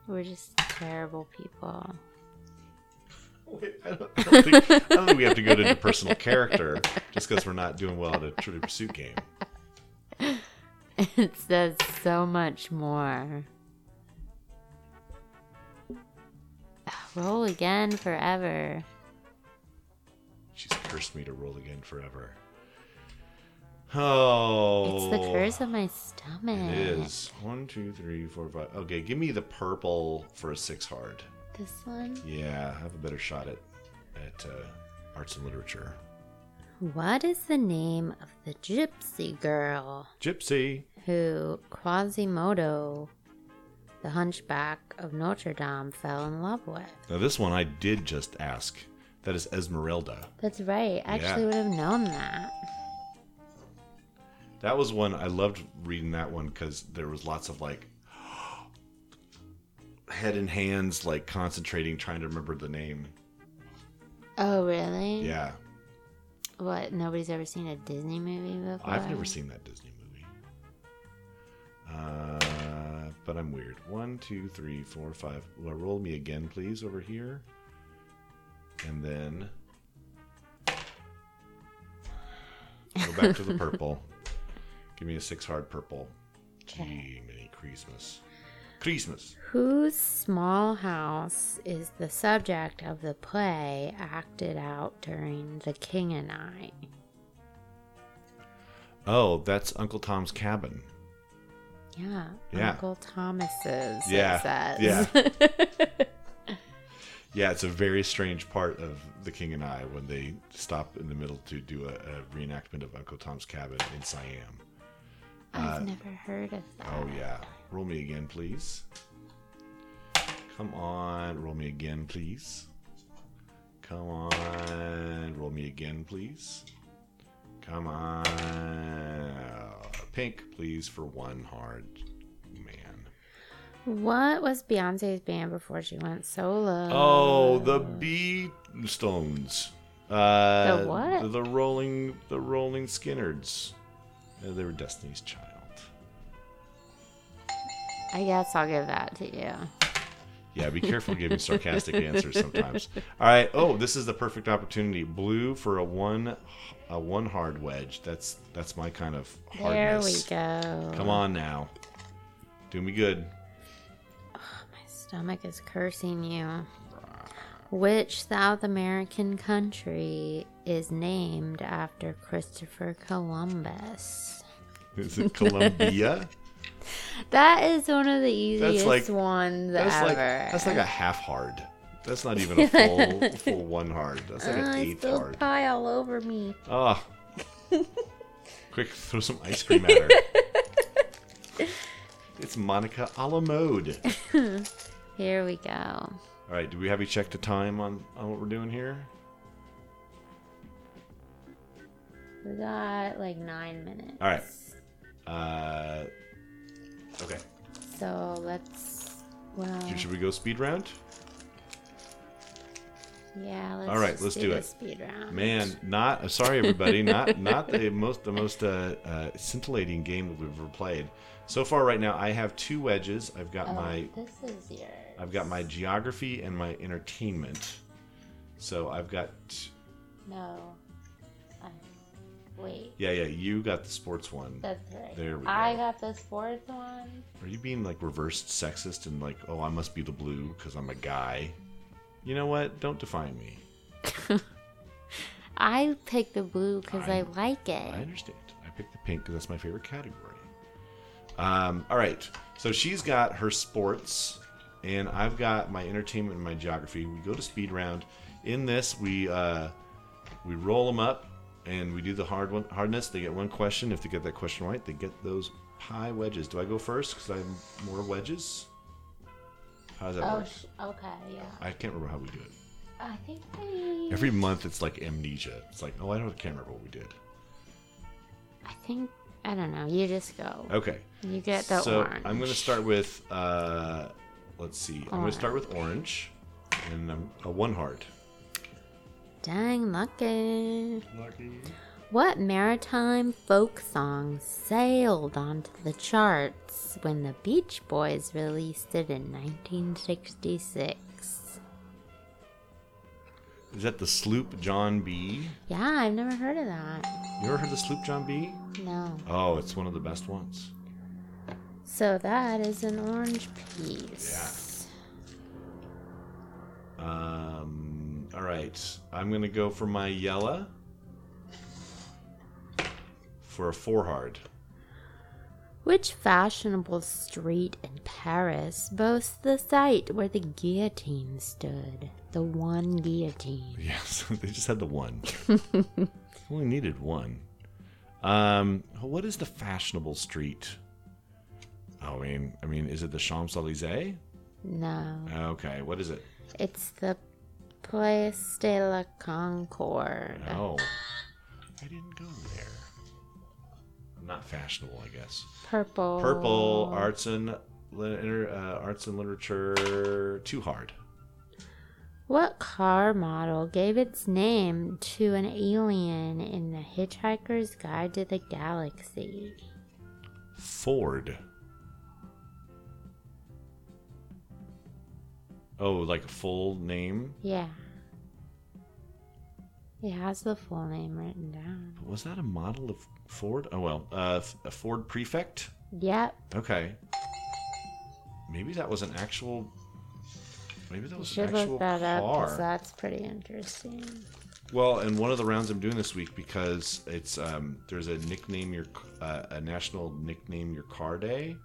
[SPEAKER 1] We're just terrible people.
[SPEAKER 2] Wait, I, don't, I don't think, I don't think we have to go into personal character just because we're not doing well at a trivia pursuit game.
[SPEAKER 1] [LAUGHS] It says so much more. Roll again forever.
[SPEAKER 2] She's cursed me to roll again forever. Oh,
[SPEAKER 1] It's the curse of my stomach.
[SPEAKER 2] It is one, two, three, four, five. Okay, give me the purple for a six hard.
[SPEAKER 1] This one?
[SPEAKER 2] Yeah, I have a better shot at at uh, arts and literature.
[SPEAKER 1] What is the name of the gypsy girl?
[SPEAKER 2] Gypsy.
[SPEAKER 1] who Quasimodo, the hunchback of Notre Dame, fell in love with.
[SPEAKER 2] Now this one I did just ask. That is Esmeralda.
[SPEAKER 1] That's right. I actually
[SPEAKER 2] Yeah.
[SPEAKER 1] would have known that.
[SPEAKER 2] That was one I loved reading that one because there was lots of like [GASPS] head and hands like concentrating trying to remember the name.
[SPEAKER 1] Oh, really?
[SPEAKER 2] Yeah,
[SPEAKER 1] What? Nobody's ever seen a Disney movie before?
[SPEAKER 2] I've never seen that Disney movie. Uh, but I'm weird. One, two, three, four, five. Well, roll me again, please, over here. And then go back to the purple. Give me a six hard purple. Gee, mini Christmas. Christmas.
[SPEAKER 1] Whose small house is the subject of the play acted out during The King and I?
[SPEAKER 2] Oh, that's Uncle Tom's cabin.
[SPEAKER 1] Yeah.
[SPEAKER 2] Yeah.
[SPEAKER 1] Uncle Thomas's.
[SPEAKER 2] Yeah,
[SPEAKER 1] It says. Yeah.
[SPEAKER 2] Yeah, it's a very strange part of The King and I when they stop in the middle to do a, a reenactment of Uncle Tom's Cabin in Siam.
[SPEAKER 1] [LAUGHS] I've never heard of that.
[SPEAKER 2] Uh, Oh, yeah. Roll me again, please. Come on, roll me again, please. Come on, roll me again, please. Come on. Pink, please, for one hard man.
[SPEAKER 1] What was Beyonce's band before she went solo?
[SPEAKER 2] Oh, the Bee Stones. Uh,
[SPEAKER 1] The what?
[SPEAKER 2] The, Rolling, the Rolling Skinnards. Uh, they were Destiny's Child.
[SPEAKER 1] I guess I'll give that to you.
[SPEAKER 2] Yeah, be careful giving sarcastic answers sometimes. All right. Oh, this is the perfect opportunity. Blue for a one, a one hard wedge. That's that's my kind of hardness.
[SPEAKER 1] There we go.
[SPEAKER 2] Come on now, do me good. [LAUGHS]
[SPEAKER 1] My stomach is cursing you. Which South American country is named after Christopher Columbus?
[SPEAKER 2] Is it
[SPEAKER 1] [LAUGHS]
[SPEAKER 2] Columbia?
[SPEAKER 1] That is one of the easiest
[SPEAKER 2] like-
[SPEAKER 1] ones
[SPEAKER 2] That's
[SPEAKER 1] ever.
[SPEAKER 2] like that's like a half hard. That's not
[SPEAKER 1] [LAUGHS]
[SPEAKER 2] even a full full one hard. That's like
[SPEAKER 1] Oh,
[SPEAKER 2] an
[SPEAKER 1] I
[SPEAKER 2] eighth
[SPEAKER 1] spilled
[SPEAKER 2] hard.
[SPEAKER 1] pie all over me. [LAUGHS]
[SPEAKER 2] Ah. Quick, throw some ice
[SPEAKER 1] [LAUGHS]
[SPEAKER 2] cream at her. it's Monica a la mode.
[SPEAKER 1] Here we go.
[SPEAKER 2] All right, do we have you check the time on, on what we're doing here?
[SPEAKER 1] We got like nine minutes.
[SPEAKER 2] All right. Uh, okay.
[SPEAKER 1] So let's. Well,
[SPEAKER 2] Should we go speed round?
[SPEAKER 1] Yeah. Let's
[SPEAKER 2] All right,
[SPEAKER 1] just
[SPEAKER 2] let's do
[SPEAKER 1] the
[SPEAKER 2] it.
[SPEAKER 1] Speed round.
[SPEAKER 2] Man, not uh, sorry everybody, not not the most the most uh, uh, scintillating game that we've ever played. So far, right now, I have two wedges. I've got
[SPEAKER 1] Oh,
[SPEAKER 2] my
[SPEAKER 1] this is yours.
[SPEAKER 2] I've got my geography and my entertainment. So I've got
[SPEAKER 1] No. I, wait.
[SPEAKER 2] yeah yeah. You got the sports one.
[SPEAKER 1] That's right.
[SPEAKER 2] There we
[SPEAKER 1] I
[SPEAKER 2] go.
[SPEAKER 1] got the sports one.
[SPEAKER 2] Are you being like reversed sexist and like oh I must be the blue because I'm a guy? You know what? Don't define me.
[SPEAKER 1] I picked the blue because I,
[SPEAKER 2] I-
[SPEAKER 1] like it.
[SPEAKER 2] I understand. I picked the pink because that's my favorite category. Um, all right. So she's got her sports, and I've got my entertainment and my geography. We go to speed round. In this, we uh, we roll them up, and we do the hard one hardness. They get one question. If they get that question right, they get those pie wedges. Do I go first because I have more wedges? How does that
[SPEAKER 1] oh,
[SPEAKER 2] work?
[SPEAKER 1] sh- okay, yeah.
[SPEAKER 2] I can't remember how we do it.
[SPEAKER 1] I think we.
[SPEAKER 2] Every month, it's like amnesia. It's like, oh, I don't can't remember what we did.
[SPEAKER 1] I think I don't know. You just go.
[SPEAKER 2] Okay.
[SPEAKER 1] You get the
[SPEAKER 2] so
[SPEAKER 1] orange.
[SPEAKER 2] I'm going to start with, uh, let's see. I'm going to start with orange, and um, a one heart.
[SPEAKER 1] Dang lucky.
[SPEAKER 2] Lucky.
[SPEAKER 1] What maritime folk song sailed onto the charts when the Beach Boys released it in 1966?
[SPEAKER 2] Is that the sloop John B?
[SPEAKER 1] Yeah, I've never heard of that.
[SPEAKER 2] You ever heard the sloop John B?
[SPEAKER 1] No.
[SPEAKER 2] Oh, it's one of the best ones.
[SPEAKER 1] So that is an orange piece.
[SPEAKER 2] Um, all right, I'm going to go for my yellow for a four hard.
[SPEAKER 1] Which fashionable street in Paris boasts the site where the guillotine stood? The one guillotine.
[SPEAKER 2] [LAUGHS] Yes, they just had the one. Only needed one. Um, what is the fashionable street? Oh, I mean, I mean, is it the Champs Elysees?
[SPEAKER 1] No.
[SPEAKER 2] Okay, what is it?
[SPEAKER 1] It's the Place de la Concorde.
[SPEAKER 2] Oh, I didn't go there. I'm not fashionable, I guess.
[SPEAKER 1] Purple.
[SPEAKER 2] Purple arts and liter- uh, arts and literature. Too hard.
[SPEAKER 1] What car model gave its name to an alien in The Hitchhiker's Guide to the Galaxy?
[SPEAKER 2] Ford. Oh, like a full name.
[SPEAKER 1] Yeah. It has the full name written down.
[SPEAKER 2] Was that a model of Ford? Oh well, uh, f- a Ford Prefect.
[SPEAKER 1] Yep.
[SPEAKER 2] Okay. Maybe that was an actual. Maybe that
[SPEAKER 1] You
[SPEAKER 2] was
[SPEAKER 1] should
[SPEAKER 2] an actual
[SPEAKER 1] look that up
[SPEAKER 2] car.
[SPEAKER 1] because that's pretty interesting.
[SPEAKER 2] Well, and one of the rounds I'm doing this week because it's um, there's a nickname your uh, a national nickname your car day.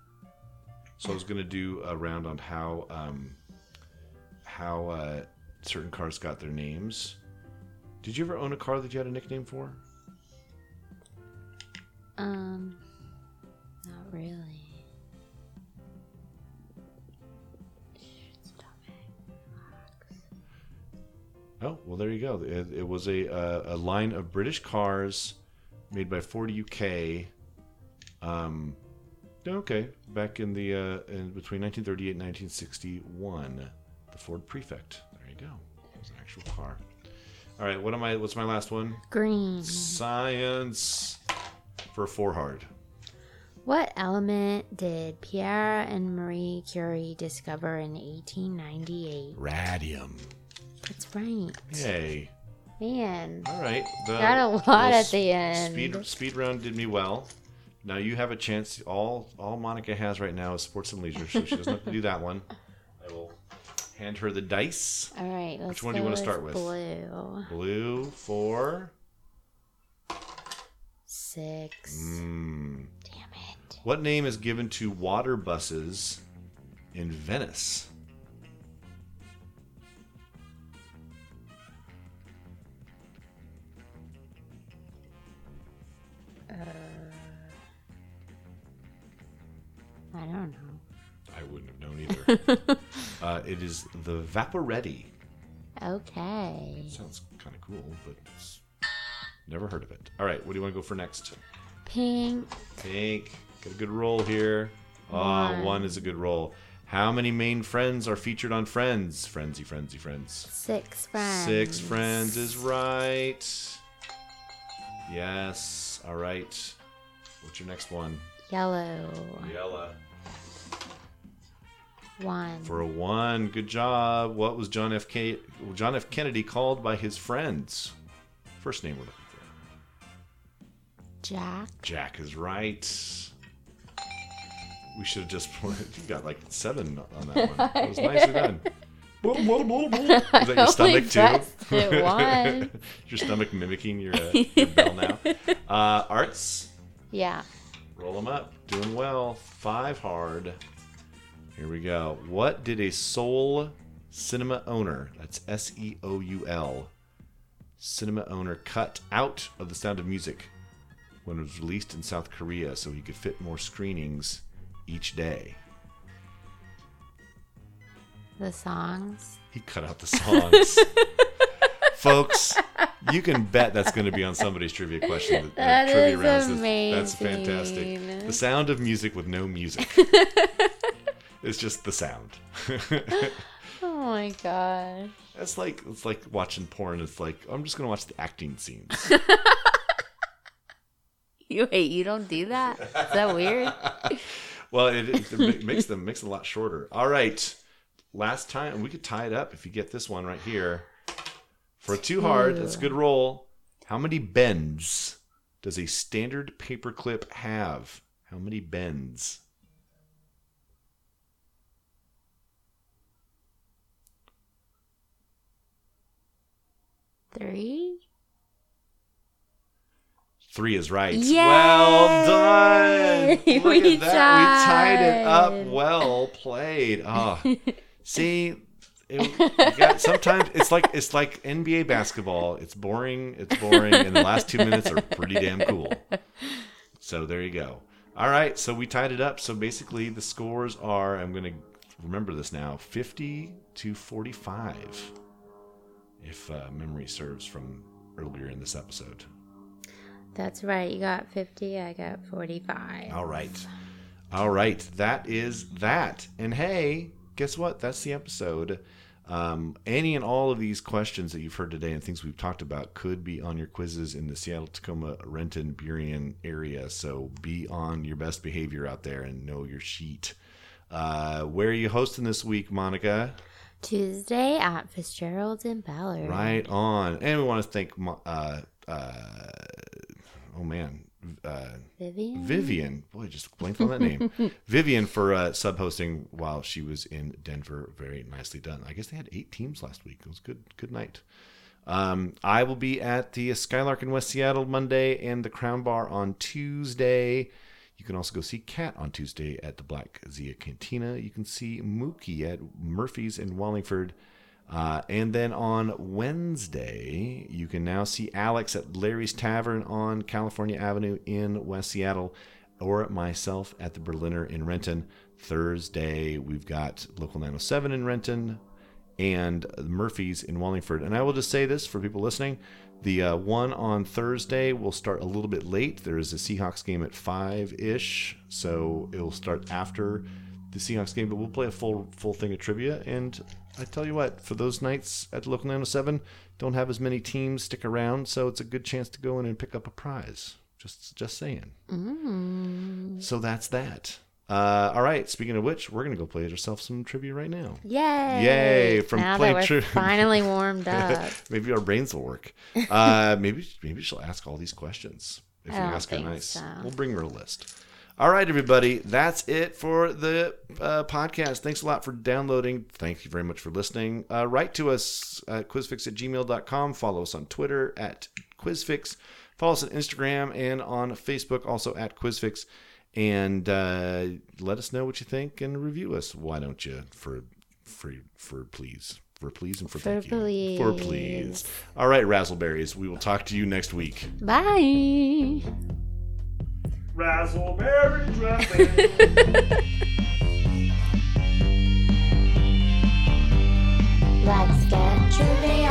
[SPEAKER 2] So I was gonna do a round on how um, how uh, certain cars got their names. Did you ever own a car that you had a nickname for?
[SPEAKER 1] Um, not really.
[SPEAKER 2] Oh, well, there you go. It, it was a, uh, a line of British cars made by Ford UK. Um, okay, back in the uh, in between 1938 and 1961, the Ford Prefect. There you go. It was an actual car. All right, what am I? What's my last one?
[SPEAKER 1] Green.
[SPEAKER 2] Science for four hard.
[SPEAKER 1] What element did Pierre and Marie Curie discover in 1898?
[SPEAKER 2] Radium.
[SPEAKER 1] That's right.
[SPEAKER 2] Yay.
[SPEAKER 1] Man,
[SPEAKER 2] All right. The
[SPEAKER 1] Got a lot
[SPEAKER 2] little
[SPEAKER 1] at the
[SPEAKER 2] s-
[SPEAKER 1] end.
[SPEAKER 2] Speed, speed round did me well. Now you have a chance. All all Monica has right now is sports and leisure, so she doesn't have to do that one. I will hand her the dice.
[SPEAKER 1] all right. Let's
[SPEAKER 2] one do you
[SPEAKER 1] go
[SPEAKER 2] wanna start with?
[SPEAKER 1] Blue.
[SPEAKER 2] Blue four.
[SPEAKER 1] Six.
[SPEAKER 2] Mm.
[SPEAKER 1] Damn it.
[SPEAKER 2] What name is given to water buses in Venice?
[SPEAKER 1] I don't know.
[SPEAKER 2] I wouldn't have known either.
[SPEAKER 1] [LAUGHS]
[SPEAKER 2] uh, it is the Vaporetti.
[SPEAKER 1] Okay.
[SPEAKER 2] Sounds kind of cool, but it's, never heard of it. All right, what do you want to go for next?
[SPEAKER 1] Pink.
[SPEAKER 2] Pink. Got a good roll here. Ah,
[SPEAKER 1] One.
[SPEAKER 2] one is a good roll. How many main friends are featured on Friends? Frenzy, frenzy, friends.
[SPEAKER 1] Six friends.
[SPEAKER 2] Six friends is right. Yes. All right. What's your next one?
[SPEAKER 1] Yellow.
[SPEAKER 2] Yella.
[SPEAKER 1] One.
[SPEAKER 2] For a one. Good job. What was John F. K. John F. Kennedy called by his friends? First name we're looking for.
[SPEAKER 1] Jack.
[SPEAKER 2] Jack is right. We should have just [LAUGHS] you got like seven on that one. That was nicely done. Blah, blah, blah, blah. Is that
[SPEAKER 1] I
[SPEAKER 2] your stomach
[SPEAKER 1] only
[SPEAKER 2] too?
[SPEAKER 1] pressed it once.
[SPEAKER 2] [LAUGHS] Is your stomach mimicking your, uh, your bell now. Uh, arts,
[SPEAKER 1] Yeah.
[SPEAKER 2] roll them up. Doing well. Five hard. Here we go. What did a Soul cinema owner, that's S E O U L, cinema owner, cut out of The Sound of Music when it was released in South Korea so he could fit more screenings each day?
[SPEAKER 1] The songs.
[SPEAKER 2] He cut out
[SPEAKER 1] [LAUGHS]
[SPEAKER 2] the songs. Folks, you can bet that's going to be on somebody's trivia question. That, uh,
[SPEAKER 1] That is
[SPEAKER 2] trivia rounds. That's, that's fantastic.
[SPEAKER 1] amazing. [LAUGHS]
[SPEAKER 2] The sound of music with no music. it's just the sound. [LAUGHS]
[SPEAKER 1] Oh my gosh.
[SPEAKER 2] That's like it's like watching porn. It's like I'm just going to watch the acting scenes.
[SPEAKER 1] You wait, you don't do that? Is that weird?
[SPEAKER 2] [LAUGHS] Well, it, it ma- makes them makes it a lot shorter. All right, last time we could tie it up if you get this one right here for too hard. That's a good roll. How many bends does a standard paperclip have? How many bends?
[SPEAKER 1] [LAUGHS] Three?
[SPEAKER 2] Three is right.
[SPEAKER 1] Yay!
[SPEAKER 2] Well done.
[SPEAKER 1] [LAUGHS]
[SPEAKER 2] Look
[SPEAKER 1] We
[SPEAKER 2] at that. We tied it
[SPEAKER 1] tied.
[SPEAKER 2] up. Well played.
[SPEAKER 1] [LAUGHS]
[SPEAKER 2] Ah, see, it, you got- sometimes it's like it's like NBA basketball. It's boring. It's boring, and the last two minutes are pretty damn cool. So there you go. All right. So we tied it up. So basically, the scores are. I'm gonna remember this now. Fifty to forty-five, if uh, memory serves from earlier in this episode.
[SPEAKER 1] That's right. You got 50, I got 45.
[SPEAKER 2] All right. All right. That is that. And hey, guess what? That's the episode. Um, any and all of these questions that you've heard today and things we've talked about could be on your quizzes in the Seattle, Tacoma, Renton, Burien area. So be on your best behavior out there and know your sheet. Uh, where are you hosting this week, Monica?
[SPEAKER 1] Tuesday at Fitzgerald and Ballard.
[SPEAKER 2] Right on. And we want to thank, Mo- uh, uh, oh man, uh,
[SPEAKER 1] Vivian?
[SPEAKER 2] Vivian, boy, just blanked on that name. Vivian for uh, sub-hosting while she was in Denver. Very nicely done. I guess they had eight teams last week. It was good. Good night. Um, I will be at the Skylark in West Seattle Monday and the Crown Bar on Tuesday. You can also go see Kat on Tuesday at the Black Zia Cantina. You can see Mookie at Murphy's in Wallingford. Uh, and then on Wednesday, you can now see Alex at Larry's Tavern on California Avenue in West Seattle or myself at the Berliner in Renton. Thursday, we've got Local 907 in Renton and Murphy's in Wallingford. And I will just say this for people listening the uh, one on Thursday will start a little bit late. There is a Seahawks game at 5 ish, so it'll start after the Seahawks game, but we'll play a full full thing of trivia. And I tell you what, for those nights at Local 907, don't have as many teams stick around, so it's a good chance to go in and pick up a prize. Just just saying. So that's that. Uh, all right. Speaking of which, we're gonna go play ourselves some trivia right now.
[SPEAKER 1] Yay!
[SPEAKER 2] Yay, from
[SPEAKER 1] now
[SPEAKER 2] Play
[SPEAKER 1] that we're
[SPEAKER 2] True.
[SPEAKER 1] finally warmed
[SPEAKER 2] [LAUGHS]
[SPEAKER 1] up.
[SPEAKER 2] maybe our brains will work. Uh, maybe maybe she'll ask all these questions if
[SPEAKER 1] I
[SPEAKER 2] you
[SPEAKER 1] don't
[SPEAKER 2] ask her
[SPEAKER 1] think
[SPEAKER 2] nice.
[SPEAKER 1] so.
[SPEAKER 2] We'll bring her a list. All right, everybody. That's it for the uh, podcast. Thanks a lot for downloading. Thank you very much for listening. Uh, write to us at quizfix at gmail.com. Follow us on Twitter at quizfix. Follow us on Instagram and on Facebook, also at quizfix. And uh, let us know what you think and review us. Why don't you? For for for please, for please, and for,
[SPEAKER 1] For
[SPEAKER 2] thank you. For
[SPEAKER 1] please.
[SPEAKER 2] please. All right, Razzleberries. We will talk to you next week.
[SPEAKER 1] Bye.
[SPEAKER 4] Razzleberry dressing.
[SPEAKER 3] Let's get trivial,